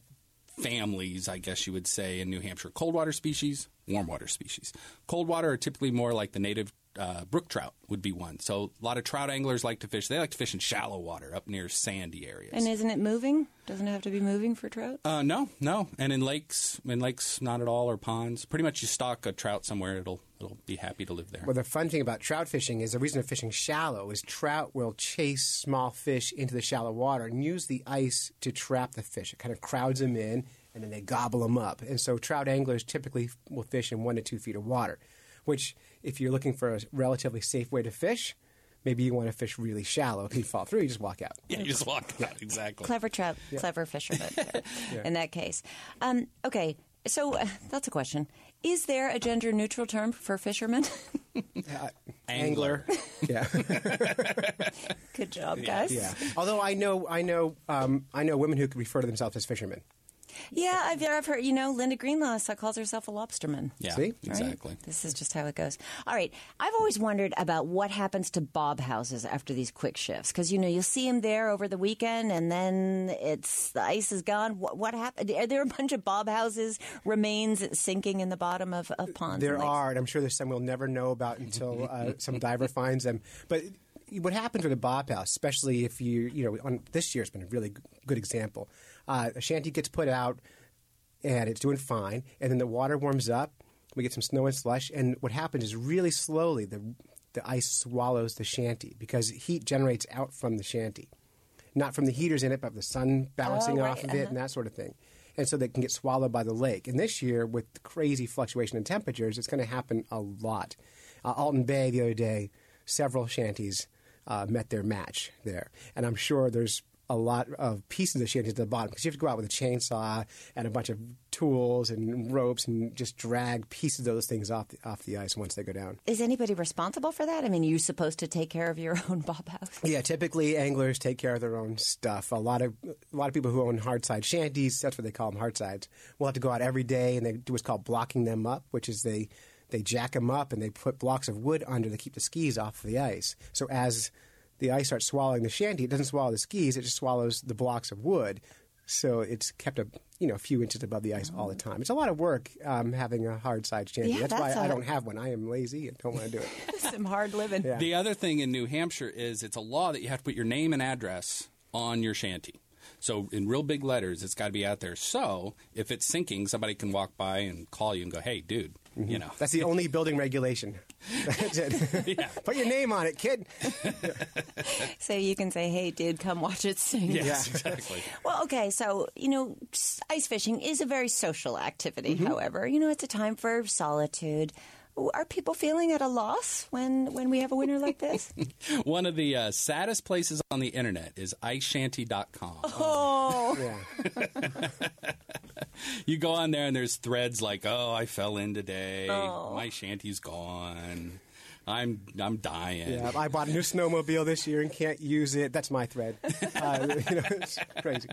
Speaker 2: families, I guess you would say, in New Hampshire: cold water species, warm water species. Cold water are typically more like the native uh, brook trout would be one. So a lot of trout anglers like to fish. They like to fish in shallow water up near sandy areas.
Speaker 11: And isn't it moving? Doesn't it have to be moving for trout?
Speaker 2: Uh, no, no. And in lakes, in lakes, not at all, or ponds. Pretty much, you stock a trout somewhere. It'll it'll be happy to live there.
Speaker 4: Well, the fun thing about trout fishing is the reason they're fishing shallow is trout will chase small fish into the shallow water and use the ice to trap the fish. It kind of crowds them in. And then they gobble them up. And so trout anglers typically will fish in one to two feet of water, which if you're looking for a relatively safe way to fish, maybe you want to fish really shallow. If you fall through, you just walk out.
Speaker 2: Yeah, you just walk out. Exactly.
Speaker 11: Clever trout, yeah. clever fisherman. yeah. In that case, um, okay. So uh, that's a question. Is there a gender neutral term for fisherman?
Speaker 4: Uh, angler. yeah.
Speaker 11: Good job, guys.
Speaker 4: Yeah. Although I know, I know, um, I know women who refer to themselves as fishermen.
Speaker 11: Yeah, I've, I've heard, you know, Linda Greenlaw calls herself a lobsterman.
Speaker 2: Yeah, See? exactly.
Speaker 11: Right? This is just how it goes. All right. I've always wondered about what happens to bob houses after these quick shifts because, you know, you'll see them there over the weekend and then it's the ice is gone. What, what happened? Are there a bunch of bob houses, remains sinking in the bottom of, of ponds?
Speaker 4: There and are, and I'm sure there's some we'll never know about until uh, some diver finds them. But what happens with a bob house, especially if you, you know, on, this year's been a really good example. Uh, a shanty gets put out and it's doing fine, and then the water warms up. We get some snow and slush, and what happens is really slowly the the ice swallows the shanty because heat generates out from the shanty, not from the heaters in it, but the sun bouncing oh, right. off of it uh-huh. and that sort of thing. And so they can get swallowed by the lake. And this year, with crazy fluctuation in temperatures, it's going to happen a lot. Uh, Alton Bay the other day, several shanties uh, met their match there, and I'm sure there's a lot of pieces of shanty at the bottom because you have to go out with a chainsaw and a bunch of tools and ropes and just drag pieces of those things off the, off the ice once they go down.
Speaker 11: Is anybody responsible for that? I mean, are you supposed to take care of your own bob house?
Speaker 4: Yeah, typically anglers take care of their own stuff. A lot of a lot of people who own hardside shanties, that's what they call them, hardsides, will have to go out every day and they do what's called blocking them up, which is they they jack them up and they put blocks of wood under to keep the skis off the ice. So as the ice starts swallowing the shanty. It doesn't swallow the skis; it just swallows the blocks of wood. So it's kept a you know a few inches above the ice oh. all the time. It's a lot of work um, having a hard side shanty.
Speaker 11: Yeah,
Speaker 4: that's,
Speaker 11: that's,
Speaker 4: why I
Speaker 11: a...
Speaker 4: don't have one. I am lazy and don't want to do it.
Speaker 11: Some hard living.
Speaker 2: Yeah. The other thing in New Hampshire is it's a law that you have to put your name and address on your shanty. So in real big letters, it's got to be out there. So if it's sinking, somebody can walk by and call you and go, "Hey, dude, mm-hmm. you know."
Speaker 4: That's the only building regulation. That's it. yeah. Put your name on it, kid.
Speaker 11: so you can say, "Hey, dude, come watch it sink."
Speaker 2: Yes, yeah. exactly.
Speaker 11: well, okay. So you know, ice fishing is a very social activity. Mm-hmm. However, you know, it's a time for solitude are people feeling at a loss when, when we have a winter like this?
Speaker 2: One of the uh, saddest places on the internet is iShanty.com.
Speaker 11: Oh.
Speaker 2: you go on there and there's threads like, oh, I fell in today. Oh. My shanty's gone. I'm I'm dying.
Speaker 4: Yeah, I bought a new snowmobile this year and can't use it. That's my thread. Uh, you know, it's crazy.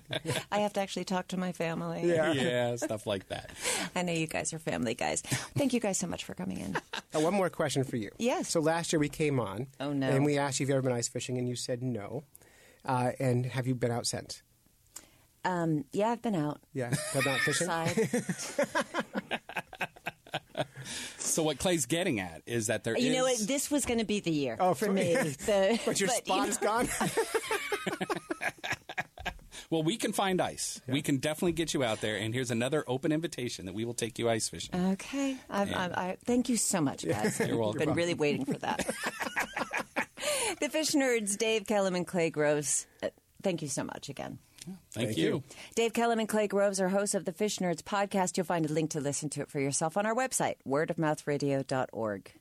Speaker 11: I have to actually talk to my family.
Speaker 2: Yeah, yeah, stuff like that.
Speaker 11: I know you guys are family guys. Thank you guys so much for coming in.
Speaker 4: Uh, one more question for you.
Speaker 11: Yes.
Speaker 4: So last year we came on.
Speaker 11: Oh no.
Speaker 4: And we asked you if you ever been ice fishing, and you said no. Uh, and have you been out since?
Speaker 16: Um, yeah, I've been out.
Speaker 17: Yeah, club out fishing.
Speaker 16: Side.
Speaker 18: So what Clay's getting at is that there is
Speaker 16: you know what? This was going to be the year
Speaker 18: Oh,
Speaker 16: for
Speaker 18: for-
Speaker 16: me. The-
Speaker 18: But your
Speaker 16: you
Speaker 18: spot's
Speaker 16: know-
Speaker 17: gone?
Speaker 18: Well, we can find ice. We can definitely get you out there. And here's another open invitation that we will take you ice fishing.
Speaker 16: Okay. I'm, I'm, I, thank you so much, guys.
Speaker 18: You're welcome.
Speaker 16: I've
Speaker 18: You're
Speaker 16: been really
Speaker 18: welcome.
Speaker 16: waiting for that. the Fish Nerds, Dave Kellum and Clay Groves, uh, thank you so much again.
Speaker 18: Thank, you.
Speaker 16: Dave Kellum and Clay Groves are hosts of the Fish Nerds podcast. You'll find a link to listen to it for yourself on our website, wordofmouthradio.org.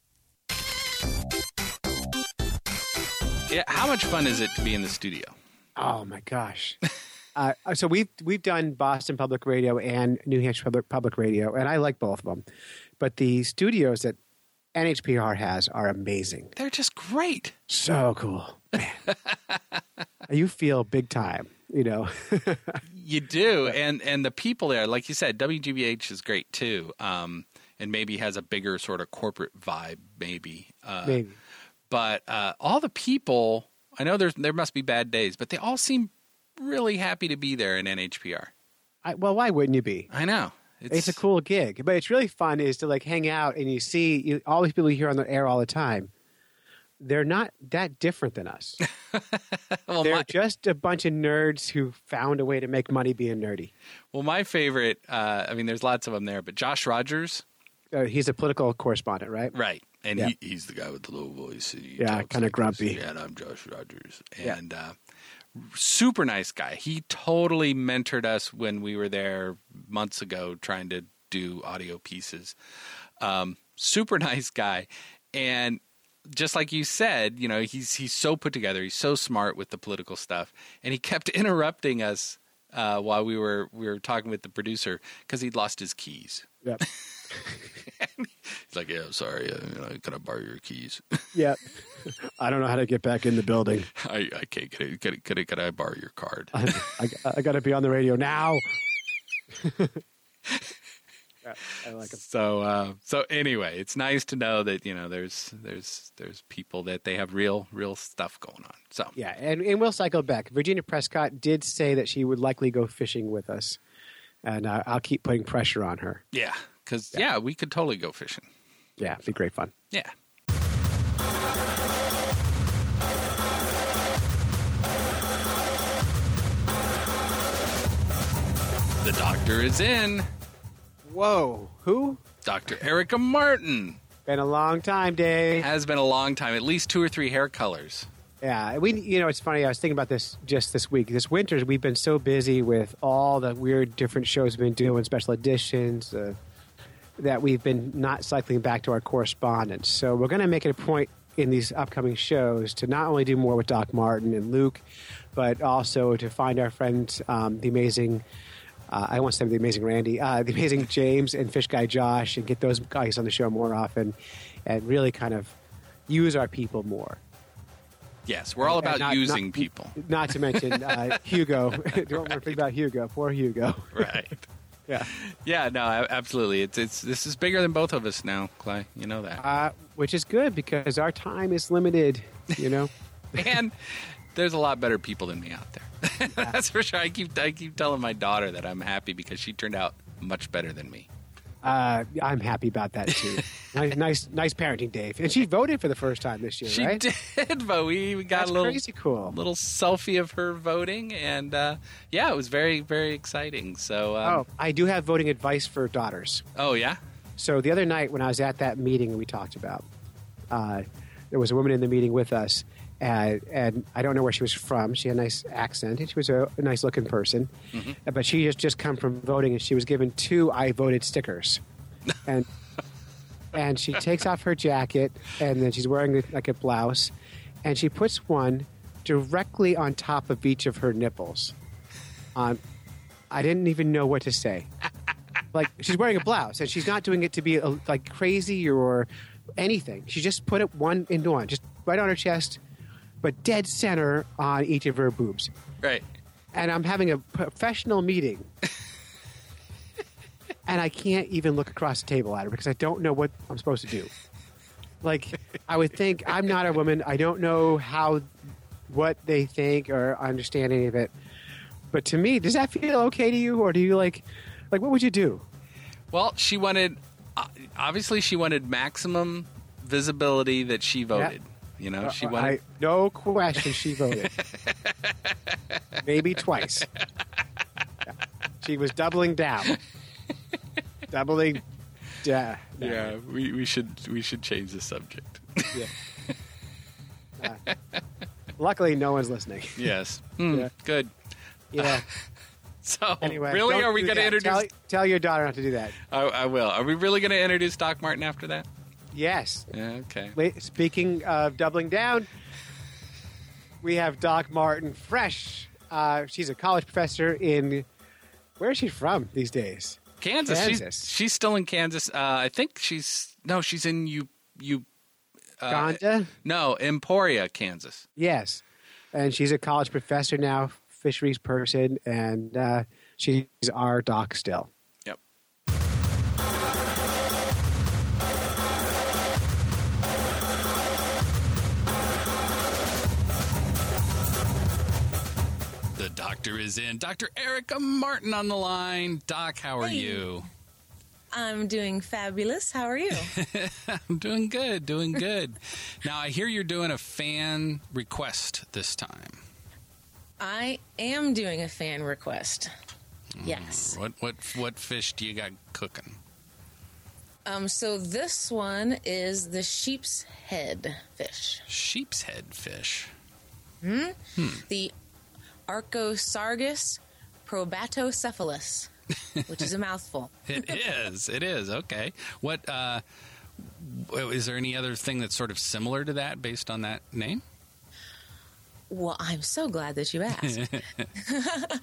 Speaker 2: Yeah, how much fun is it to be in the studio?
Speaker 4: Oh my gosh. uh, so we've we've done Boston Public Radio and New Hampshire Public Public Radio, and I like both of them. But the studios that NHPR has are amazing.
Speaker 2: They're just great.
Speaker 4: So cool. Man. you feel big time, you know.
Speaker 2: You do, and and the people there, like you said, WGBH is great too, um, and maybe has a bigger sort of corporate vibe, maybe. Uh,
Speaker 4: Maybe.
Speaker 2: But uh, all the people, I know there's there must be bad days, but they all seem really happy to be there in NHPR.
Speaker 4: I, well, why wouldn't you be?
Speaker 2: I know.
Speaker 4: It's, a cool gig, but it's really fun is to like hang out and you see you, all these people you hear on the air all the time. They're not that different than us. They're just a bunch of nerds who found a way to make money being nerdy.
Speaker 2: Well, my favorite, uh, I mean, there's lots of them there, but Josh Rogers,
Speaker 4: Uh, he's a political correspondent, right?
Speaker 2: right? And
Speaker 4: Yeah.
Speaker 2: he, he's the guy with the low voice. And he
Speaker 4: Yeah,
Speaker 2: talks
Speaker 4: kinda
Speaker 2: like this.
Speaker 4: grumpy.
Speaker 2: Yeah, and I'm Josh Rogers, and uh, super nice guy. He totally mentored us when we were there months ago trying to do audio pieces. Um, super nice guy, and just like you said, you know, he's he's so put together. He's so smart with the political stuff, and he kept interrupting us uh, while we were we were talking with the producer because he'd lost his keys.
Speaker 4: Yep.
Speaker 2: He's like, yeah, I'm sorry, uh, you know, can I borrow your keys?
Speaker 4: Yep. I don't know how to get back in the building.
Speaker 2: I, I can't get it. Could, could, could I borrow your card?
Speaker 4: I, I, I got to be on the radio now. I like him.
Speaker 2: So uh, so anyway, it's nice to know that you know there's there's there's people that they have real real stuff going on. So
Speaker 4: Yeah, and, and we'll cycle back. Virginia Prescott did say that she would likely go fishing with us, and uh, I'll keep putting pressure on her.
Speaker 2: yeah, because yeah. we could totally go fishing.
Speaker 4: Yeah, it'd be great fun.
Speaker 2: Yeah. The doctor is in.
Speaker 4: Whoa, who?
Speaker 2: Dr. Erica Martin.
Speaker 4: Been a long time, Dave.
Speaker 2: Has been a long time, at least two or three hair colors.
Speaker 4: Yeah, we. You know, it's funny. I was thinking about this just this week. This winter, we've been so busy with all the weird different shows we've been doing, special editions, uh, that we've been not cycling back to our correspondence. So we're going to make it a point in these upcoming shows to not only do more with Doc Martin and Luke, but also to find our friend, um, the amazing. Uh, I want to say the amazing Randy, uh, the amazing James, and Fish Guy Josh, and get those guys on the show more often, and really kind of use our people more.
Speaker 2: Yes, we're all
Speaker 4: And
Speaker 2: about
Speaker 4: not-
Speaker 2: using
Speaker 4: not-
Speaker 2: people.
Speaker 4: Not to mention uh, Hugo. Don't forget about Hugo. Poor Hugo.
Speaker 2: Right.
Speaker 4: Yeah.
Speaker 2: Yeah, no, a- absolutely. It's it's this is bigger than both of us now, Clay. You know that.
Speaker 4: Uh, which is good because our time is limited. You know.
Speaker 2: and there's a lot better people than me out there. That's for sure. I keep I keep telling my daughter that I'm happy because she turned out much better than me.
Speaker 4: Uh, I'm happy about that too. nice, nice, nice parenting, Dave. And she voted for the first time this year,
Speaker 2: She
Speaker 4: right?
Speaker 2: did, but we we got
Speaker 4: That's
Speaker 2: a little
Speaker 4: crazy cool.
Speaker 2: little selfie of her voting, and uh, yeah, it was very very exciting. So um,
Speaker 4: Oh, I do have voting advice for daughters.
Speaker 2: oh yeah,
Speaker 4: So the other night when I was at that meeting we talked about, uh, there was a woman in the meeting with us, and, and I don't know where she was from. She had a nice accent, and she was a, a nice looking person, but she just just come from voting, and she was given two "I voted" stickers, and and she takes off her jacket, and then she's wearing like a blouse, and she puts one directly on top of each of her nipples. Um, I didn't even know what to say like she's wearing a blouse and she's not doing it to be uh, like crazy or anything she just put it one into one just right on her chest but dead center on each of her boobs
Speaker 2: right.
Speaker 4: and i'm having a professional meeting and i can't even look across the table at her because i don't know what i'm supposed to do like i would think i'm not a woman i don't know how what they think or understand any of it But to me, does that feel okay to you, or do you like, like what would you do?
Speaker 19: Well, she wanted, uh, obviously, she wanted maximum visibility that she voted. You know,
Speaker 4: Uh,
Speaker 19: she
Speaker 4: I-
Speaker 19: wanted.
Speaker 4: no question. She voted maybe twice. Yeah. She was doubling down, doubling. Yeah,
Speaker 19: yeah, we, we should we should change the subject.
Speaker 4: Yeah. Uh, luckily, no one's listening.
Speaker 19: Yes. Hmm,
Speaker 4: Yeah.
Speaker 19: Good.
Speaker 4: Yeah.
Speaker 19: So
Speaker 4: Anyway,
Speaker 19: really,
Speaker 4: don't
Speaker 19: are we
Speaker 4: do
Speaker 19: going to
Speaker 4: that.
Speaker 19: introduce?
Speaker 4: Tell, tell your daughter not to do that.
Speaker 19: I, I will. Are we really going to introduce Doc Martin after that?
Speaker 4: Yes.
Speaker 19: Yeah, okay.
Speaker 4: Wait, speaking of doubling down, we have Doc Martin Fresh. Uh, she's a college professor in. Where is she from these days?
Speaker 19: Kansas.
Speaker 4: Kansas.
Speaker 19: She's, she's still in Kansas. Uh, I think she's no, she's in you you. Uh,
Speaker 4: Gonda?
Speaker 19: no, Emporia, Kansas.
Speaker 4: Yes. And she's a college professor now, fisheries person, and uh, she's our doc still.
Speaker 19: Yep.
Speaker 2: The doctor is in. Dr. Erica Martin on the line. Doc, how are you?
Speaker 11: I'm doing fabulous. How are you?
Speaker 2: I'm doing good, doing good. now, I hear you're doing a fan request this time.
Speaker 11: I am doing a fan request.
Speaker 2: Mm. Yes. What what what fish do you got cooking?
Speaker 11: Um, so this one is the sheep's head fish.
Speaker 2: Sheep's head fish.
Speaker 11: Hmm?
Speaker 2: Hmm.
Speaker 11: The Archosargus probatocephalus, which is a mouthful.
Speaker 2: It is. It is. Okay. What uh w- is there any other thing that's sort of similar to that based on that name?
Speaker 11: Well, I'm so glad that you asked.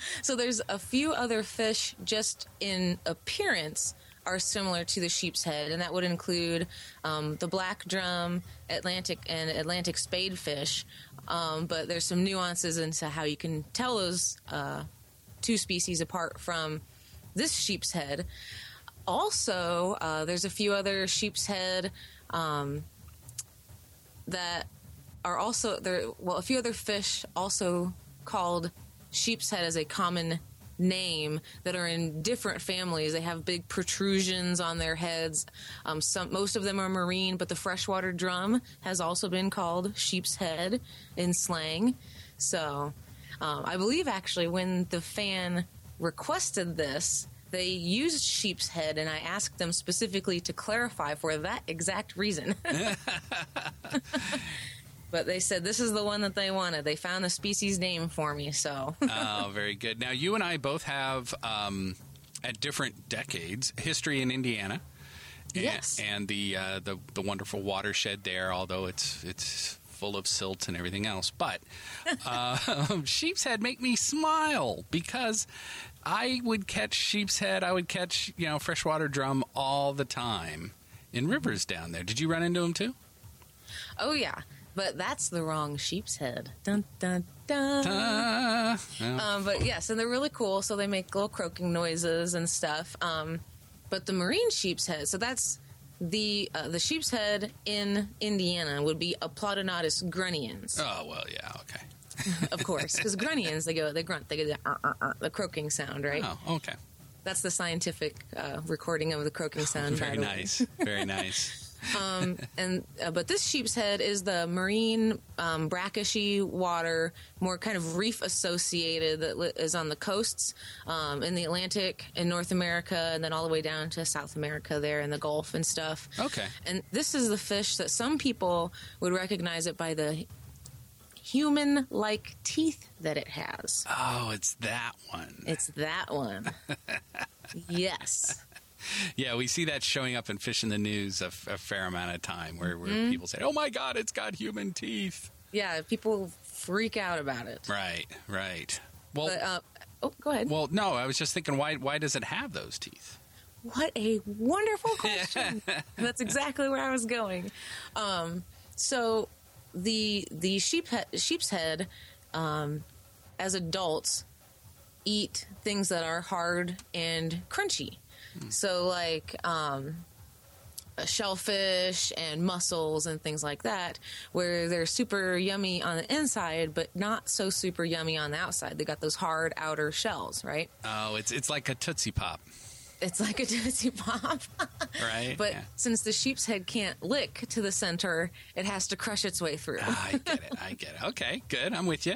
Speaker 11: so there's a few other fish just in appearance are similar to the sheep's head, and that would include um, the black drum, Atlantic, and Atlantic spade fish. Um, but there's some nuances into how you can tell those uh, two species apart from this sheep's head. Also, uh, there's a few other sheep's head um, that are also there. Well, a few other fish also called sheep's head as a common name that are in different families. They have big protrusions on their heads. Um, some, most of them are marine, but the freshwater drum has also been called sheep's head in slang. So, um, I believe actually when the fan requested this. They used sheep's head, and I asked them specifically to clarify for that exact reason. But they said this is the one that they wanted. They found the species name for me, so.
Speaker 2: oh, very good. Now, you and I both have, um, at different decades, history in Indiana. And,
Speaker 11: Yes.
Speaker 2: And the, uh, the the wonderful watershed there, although it's it's full of silt and everything else. But uh, sheep's head make me smile because I would catch sheep's head. I would catch you know freshwater drum all the time in rivers down there. Did you run into them too?
Speaker 11: Oh, yeah. But that's the wrong sheep's head. Dun, dun, dun.
Speaker 2: Uh,
Speaker 11: Um, but yes, and they're really cool. So they make little croaking noises and stuff. Um, but the marine sheep's head, so that's the uh, the sheep's head in Indiana would be Aplodonatus gruniens.
Speaker 2: Oh well, yeah, okay.
Speaker 11: of course, because grunions they go they grunt they get the, uh, uh, uh, the croaking sound, right?
Speaker 2: Oh, okay.
Speaker 11: That's the scientific uh, recording of the croaking sound.
Speaker 2: Oh,
Speaker 11: by
Speaker 2: Very
Speaker 11: the way.
Speaker 2: nice. Very nice.
Speaker 11: um, and uh, but this sheep's head is the marine um, brackishy water, more kind of reef associated that li- is on the coasts um, in the Atlantic in North America, and then all the way down to South America there in the Gulf and stuff.
Speaker 2: Okay.
Speaker 11: And this is the fish that some people would recognize it by the human-like teeth that it has.
Speaker 2: Oh, it's that one.
Speaker 11: It's that one. yes.
Speaker 2: Yeah, we see that showing up in Fish in the News a, f- a fair amount of time where, where
Speaker 11: Mhm.
Speaker 2: people say, oh my God, it's got human teeth.
Speaker 11: Yeah, people freak out about it.
Speaker 2: Right, right. Well,
Speaker 11: But, uh, oh, go ahead.
Speaker 2: well, no, I was just thinking, why, why does it have those teeth?
Speaker 11: What a wonderful question. That's exactly where I was going. Um, so the the sheep he- sheep's head um, as adults eat things that are hard and crunchy. So like um, shellfish and mussels and things like that, where they're super yummy on the inside, but not so super yummy on the outside. They got those hard outer shells, right?
Speaker 2: Oh, it's it's like a Tootsie Pop,
Speaker 11: It's like a Tootsie Pop.
Speaker 2: right?
Speaker 11: But
Speaker 2: Yeah.
Speaker 11: since the sheep's head can't lick to the center, it has to crush its way through.
Speaker 2: Ah. I get it. Okay, good. I'm with you.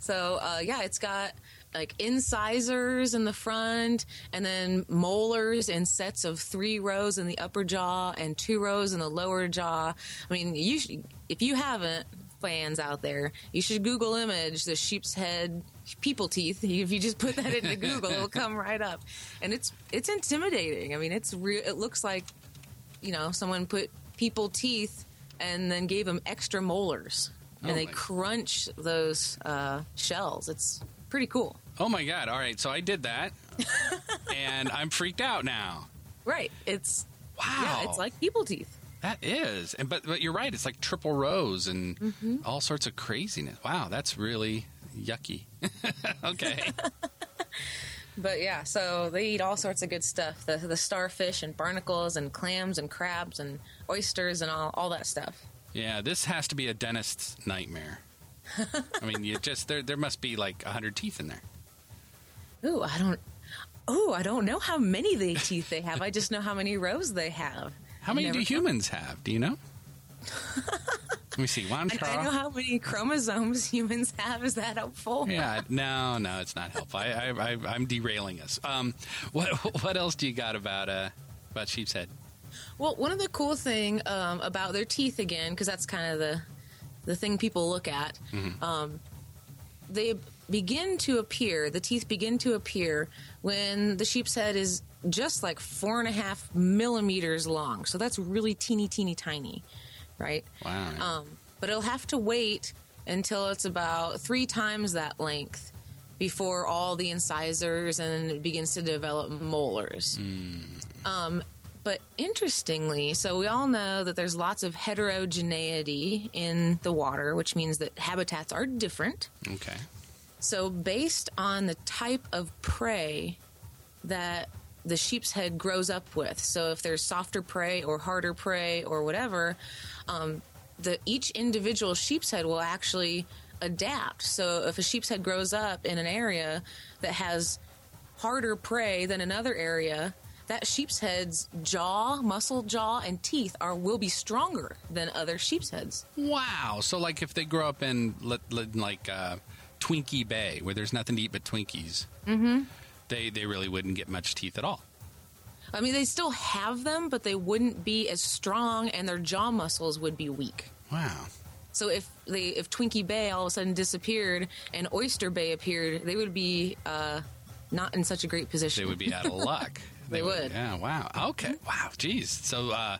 Speaker 11: So uh, yeah, it's got like incisors in the front, and then molars in sets of three rows in the upper jaw and two rows in the lower jaw. I mean, you sh- if you haven't fans out there, you should Google image the sheep's head people teeth. If you just put that into Google, it'll come right up, and it's it's intimidating. I mean, it's real. It looks like you know someone put people teeth and then gave them extra molars
Speaker 2: Oh,
Speaker 11: and they
Speaker 2: my.
Speaker 11: crunch those uh, shells it's pretty cool
Speaker 2: Oh my god! All right, so I did that, and I'm freaked out now.
Speaker 11: right it's
Speaker 2: wow
Speaker 11: yeah, it's like people teeth
Speaker 2: That is, and but but you're right. It's like triple rows and
Speaker 11: Mm-hmm.
Speaker 2: all sorts of craziness. Wow, that's really yucky. okay,
Speaker 11: but yeah so they eat all sorts of good stuff the, the starfish and barnacles and clams and crabs and oysters and all, all that stuff
Speaker 2: yeah, this has to be a dentist's nightmare. I mean, you just there there must be like hundred teeth in there.
Speaker 11: ooh i don't ooh i don't know how many they teeth they have i just know how many rows they have
Speaker 2: How many
Speaker 11: Never-
Speaker 2: do humans have? Do you know? Let me see. One
Speaker 11: I, I know how many chromosomes humans have. Is that helpful?
Speaker 2: Yeah, no, no, it's not helpful. I, I, I, I'm derailing us. Um, what what else do you got about uh about sheep's head?
Speaker 11: Well, one of the cool thing um, about their teeth again, because that's kind of the the thing people look at.
Speaker 2: Mhm.
Speaker 11: Um, they begin to appear. The teeth begin to appear when the sheep's head is just like four and a half millimeters long. So that's really teeny, teeny, tiny, right?
Speaker 2: Wow.
Speaker 11: Um, but it'll have to wait until it's about three times that length before all the incisors and it begins to develop molars. Um, but interestingly, so we all know that there's lots of heterogeneity in the water, which means that habitats are different.
Speaker 2: Okay.
Speaker 11: So, based on the type of prey that the sheep's head grows up with, so if there's softer prey or harder prey or whatever, um, the each individual sheep's head will actually adapt. So, if a sheep's head grows up in an area that has harder prey than another area, that sheep's head's jaw, muscle jaw, and teeth are will be stronger than other sheep's heads.
Speaker 2: Wow. So like if they grow up in li- li- like uh, Twinkie Bay, where there's nothing to eat but Twinkies,
Speaker 11: Mm-hmm.
Speaker 2: they they really wouldn't get much teeth at all.
Speaker 11: I mean, they still have them, but they wouldn't be as strong, and their jaw muscles would be weak.
Speaker 2: Wow.
Speaker 11: So if they if Twinkie Bay all of a sudden disappeared and Oyster Bay appeared, they would be uh, not in such a great position.
Speaker 2: They would be out of luck.
Speaker 11: they, would.
Speaker 2: Yeah. Wow. Okay. Wow. Geez. So uh,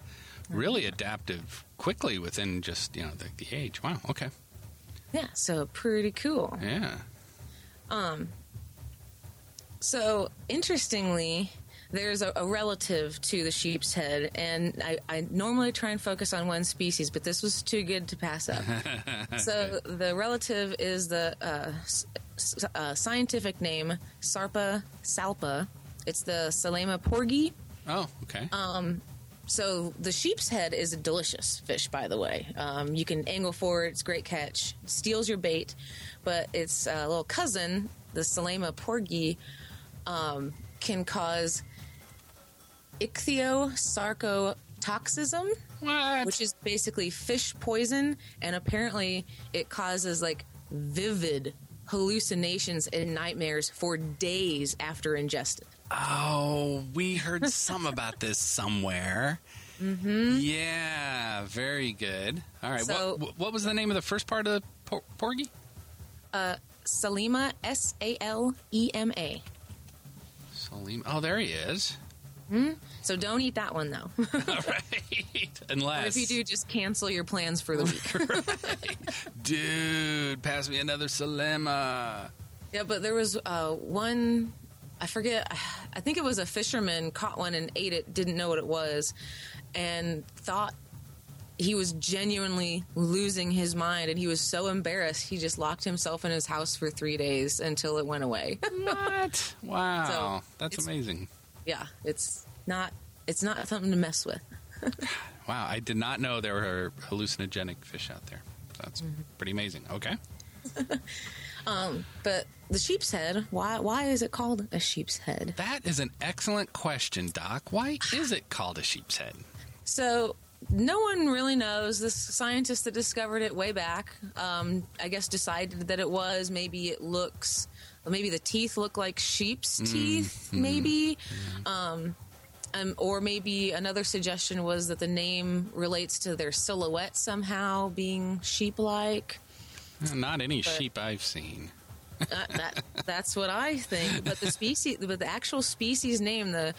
Speaker 2: really adaptive quickly within just you know the, the age. Wow. Okay.
Speaker 11: Yeah. So pretty cool.
Speaker 2: Yeah.
Speaker 11: Um. So interestingly, there's a, a relative to the sheep's head, and I, I normally try and focus on one species, but this was too good to pass up. so the relative is the uh, s- s- uh, scientific name Sarpa salpa. It's the Salema porgy.
Speaker 2: Oh. Okay.
Speaker 11: Um, so the sheep's head is a delicious fish, by the way. Um, you can angle for it; it's a great catch. Steals your bait, but its uh, little cousin, the Salema porgy, um, can cause ichthyosarcotoxism, which is basically fish poison, and apparently it causes like vivid hallucinations and nightmares for days after ingested.
Speaker 2: Oh, we heard some about this somewhere. Mm-hmm. Yeah, very good. All right.
Speaker 11: So-
Speaker 2: what, what was the name of the first part of the por- Porgy?
Speaker 11: Uh, Salima, S A L E M A.
Speaker 2: Salim. Oh, there he is.
Speaker 11: Hmm? So don't eat that one though. Or
Speaker 2: Unless,
Speaker 11: if you do, just cancel your plans for the week.
Speaker 2: dude, pass me another Salema.
Speaker 11: yeah, but there was uh, one. I forget. I think it was a fisherman caught one and ate it. Didn't know what it was, and thought he was genuinely losing his mind. And he was so embarrassed, he just locked himself in his house for three days until it went away.
Speaker 2: What? Wow,
Speaker 11: So,
Speaker 2: that's
Speaker 11: it's-
Speaker 2: amazing.
Speaker 11: yeah, it's not. It's not something to mess with.
Speaker 2: Wow, I did not know there were hallucinogenic fish out there. That's
Speaker 11: Mm-hmm.
Speaker 2: pretty amazing. Okay.
Speaker 11: Um, but the sheep's head, why why is it called a sheep's head?
Speaker 2: That is an excellent question, Doc. Why is it called a sheep's head?
Speaker 11: So no one really knows. This scientist that discovered it way back, um, I guess, decided that it was. Maybe it looks, maybe the teeth look like sheep's
Speaker 20: Mm,
Speaker 11: teeth,
Speaker 20: mm,
Speaker 11: maybe. Um, um, or maybe another suggestion was that the name relates to their silhouette somehow being sheep like.
Speaker 2: Not any
Speaker 11: But-
Speaker 2: sheep I've seen.
Speaker 11: Uh, that, that's what I think. But the species, but the actual species name, the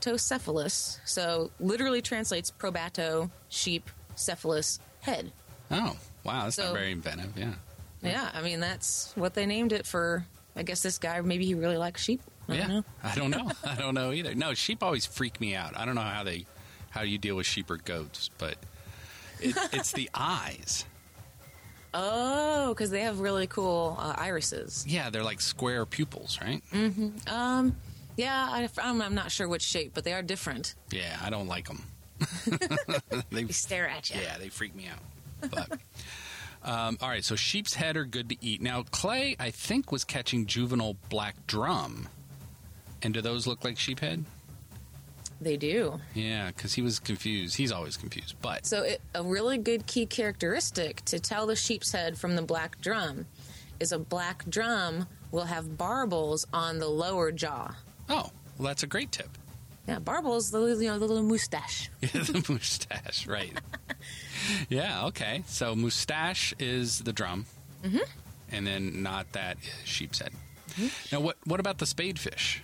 Speaker 11: Probatocephalus, so literally translates probato sheep cephalus head.
Speaker 2: Oh, wow, that's
Speaker 11: So-
Speaker 2: not very inventive. Yeah.
Speaker 11: Yeah, I mean that's what they named it for. I guess this guy maybe he really likes sheep. I
Speaker 2: yeah.
Speaker 11: don't know.
Speaker 2: I don't know. I don't know either. No, sheep always freak me out. I don't know how they, how you deal with sheep or goats, but it, it's the eyes.
Speaker 11: Oh, because they have really cool uh, irises.
Speaker 2: Yeah, they're like square pupils, right?
Speaker 11: hmm Um, yeah, I, I'm, I'm not sure which shape, but they are different.
Speaker 2: Yeah, I don't like them. they,
Speaker 11: stare at you.
Speaker 2: Yeah, they freak me out. But, um, all right, so sheep's head are good to eat. Now, Clay, I think, was catching juvenile black drum. And do those look like sheep head?
Speaker 11: They do.
Speaker 2: Yeah, because he was confused. He's always confused. But
Speaker 11: So, it, a really good key characteristic to tell the sheep's head from the black drum is a black drum will have barbels on the lower jaw.
Speaker 2: Oh, well, that's a great tip.
Speaker 11: Yeah, barbels, the little- you know, the little mustache.
Speaker 2: Yeah, the mustache, right. yeah, okay. So mustache is the drum,
Speaker 11: hmm
Speaker 2: and then not that is sheep's head. Now, what what about the spadefish?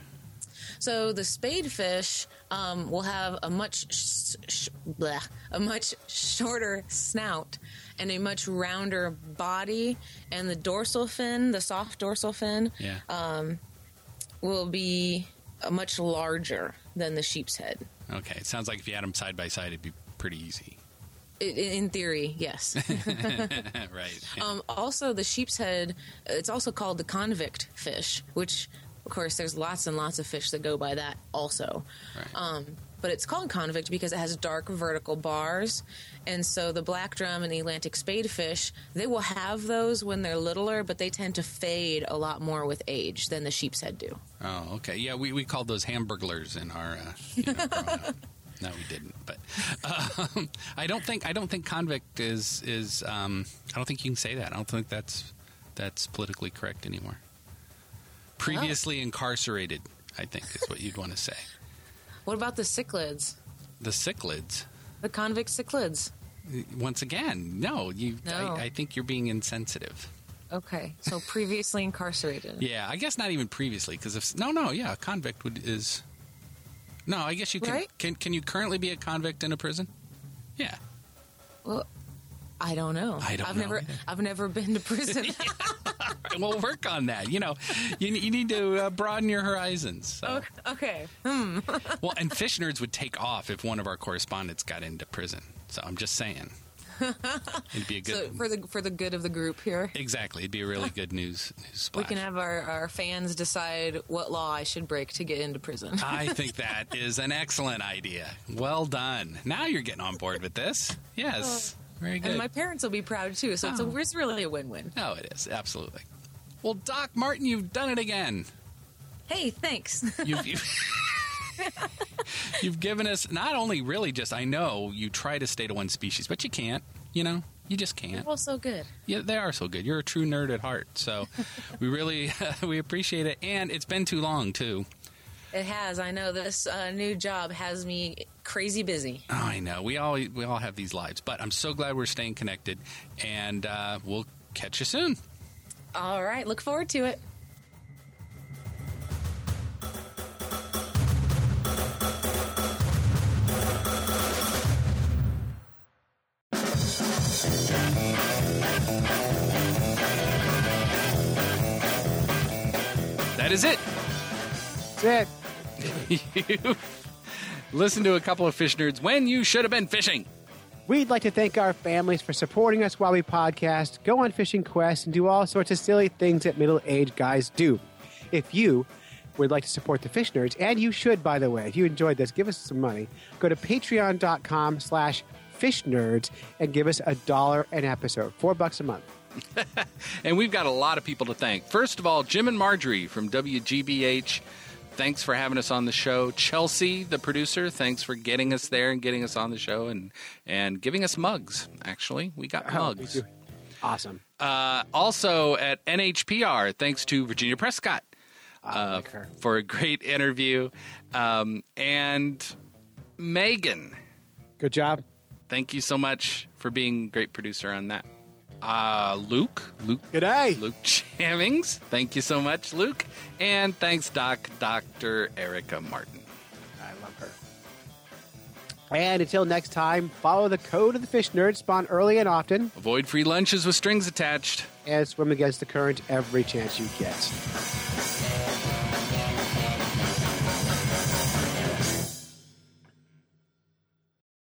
Speaker 11: So the spadefish um, will have a much sh- sh- bleh, a much shorter snout and a much rounder body, and the dorsal fin, the soft dorsal fin,
Speaker 2: Yeah.
Speaker 11: um, will be uh, much larger than the sheep's head.
Speaker 2: Okay, it sounds like if you had them side by side, it'd be pretty easy.
Speaker 11: I- In theory, yes.
Speaker 2: right.
Speaker 11: um, also, the sheep's head, uh, it's also called the convict fish, which, of course, there's lots and lots of fish that go by that also. Um, but it's called convict because it has dark vertical bars. And so the black drum and the Atlantic spadefish, they will have those when they're littler, but they tend to fade a lot more with age than the sheep's head do.
Speaker 2: Oh, okay. Yeah, we, we called those hamburglers in our. Uh, you know, growing up. No, we didn't. But um, I don't think I don't think convict is is um, I don't think you can say that. I don't think that's that's politically correct anymore. Previously incarcerated, I think is what you'd want to say.
Speaker 11: What about the cichlids?
Speaker 2: The cichlids.
Speaker 11: The convict cichlids?
Speaker 2: Once again, no. You,
Speaker 11: No.
Speaker 2: I, I think you're being insensitive.
Speaker 11: Okay, so previously incarcerated.
Speaker 2: Yeah, I guess not even previously because if no, no, yeah, a convict would is. No, I guess you can,
Speaker 11: Right?
Speaker 2: can. Can you currently be a convict in a prison? Yeah.
Speaker 11: Well, I don't know.
Speaker 2: I don't
Speaker 11: have
Speaker 2: know
Speaker 11: never
Speaker 2: either.
Speaker 11: I've never been to prison.
Speaker 2: we'll work on that. You know, you, you need to uh, broaden your horizons. So.
Speaker 11: okay. okay. Hmm.
Speaker 2: Well, and fish nerds would take off if one of our correspondents got into prison. So I'm just saying, it'd be a good
Speaker 11: so for the for the good of the group here,
Speaker 2: exactly. It'd be a really good news news
Speaker 11: we
Speaker 2: splash.
Speaker 11: can have our, our fans decide what law I should break to get into prison.
Speaker 2: I think that is an excellent idea. Well done. Now you're getting on board with this. Yes, very good.
Speaker 11: Oh. And my parents will be proud too. So it's, a, it's really a win-win.
Speaker 2: No, Oh, it is absolutely. Well, Doc Martin, you've done it again.
Speaker 11: Hey, thanks.
Speaker 2: You've, you've, you've given us not only really just, I know you try to stay to one species, but you can't, you know? You just can't.
Speaker 11: You're all so good.
Speaker 2: Yeah, they are so good. You're a true nerd at heart. So we really, we appreciate it. And it's been too long, too.
Speaker 11: It has. I know this uh, new job has me crazy busy.
Speaker 2: Oh, I know. We all, we all have these lives. But I'm so glad we're staying connected. And uh, we'll catch you soon.
Speaker 11: All right. Look forward to it.
Speaker 2: That is it.
Speaker 4: That's
Speaker 2: it. you listen to a couple of fish nerds when you should have been fishing.
Speaker 4: We'd like to thank our families for supporting us while we podcast, go on fishing quests, and do all sorts of silly things that middle aged guys do. If you would like to support the Fish Nerds, and you should, by the way, if you enjoyed this, give us some money. Go to patreon.com slash fish nerds and give us a dollar an episode, four bucks a month.
Speaker 2: And we've got a lot of people to thank. First of all, Jim and Marjorie from WGBH. Thanks for having us on the show. Chelsea, the producer, thanks for getting us there and getting us on the show and and giving us mugs. Actually, we got
Speaker 4: Oh,
Speaker 2: mugs.
Speaker 4: Awesome.
Speaker 2: Uh, also at NHPR, thanks to Virginia Prescott uh, for a great interview, um, and Megan.
Speaker 4: Good job.
Speaker 2: Thank you so much for being great producer on that. Uh, Luke, Luke,
Speaker 4: good day,
Speaker 2: Luke Jammings. Thank you so much, Luke, and thanks, Doc, Doctor Erica Martin.
Speaker 4: I love her. And until next time, follow the code of the fish nerd, spawn early and often,
Speaker 2: Avoid free lunches with strings attached.
Speaker 4: and swim against the current every chance you get.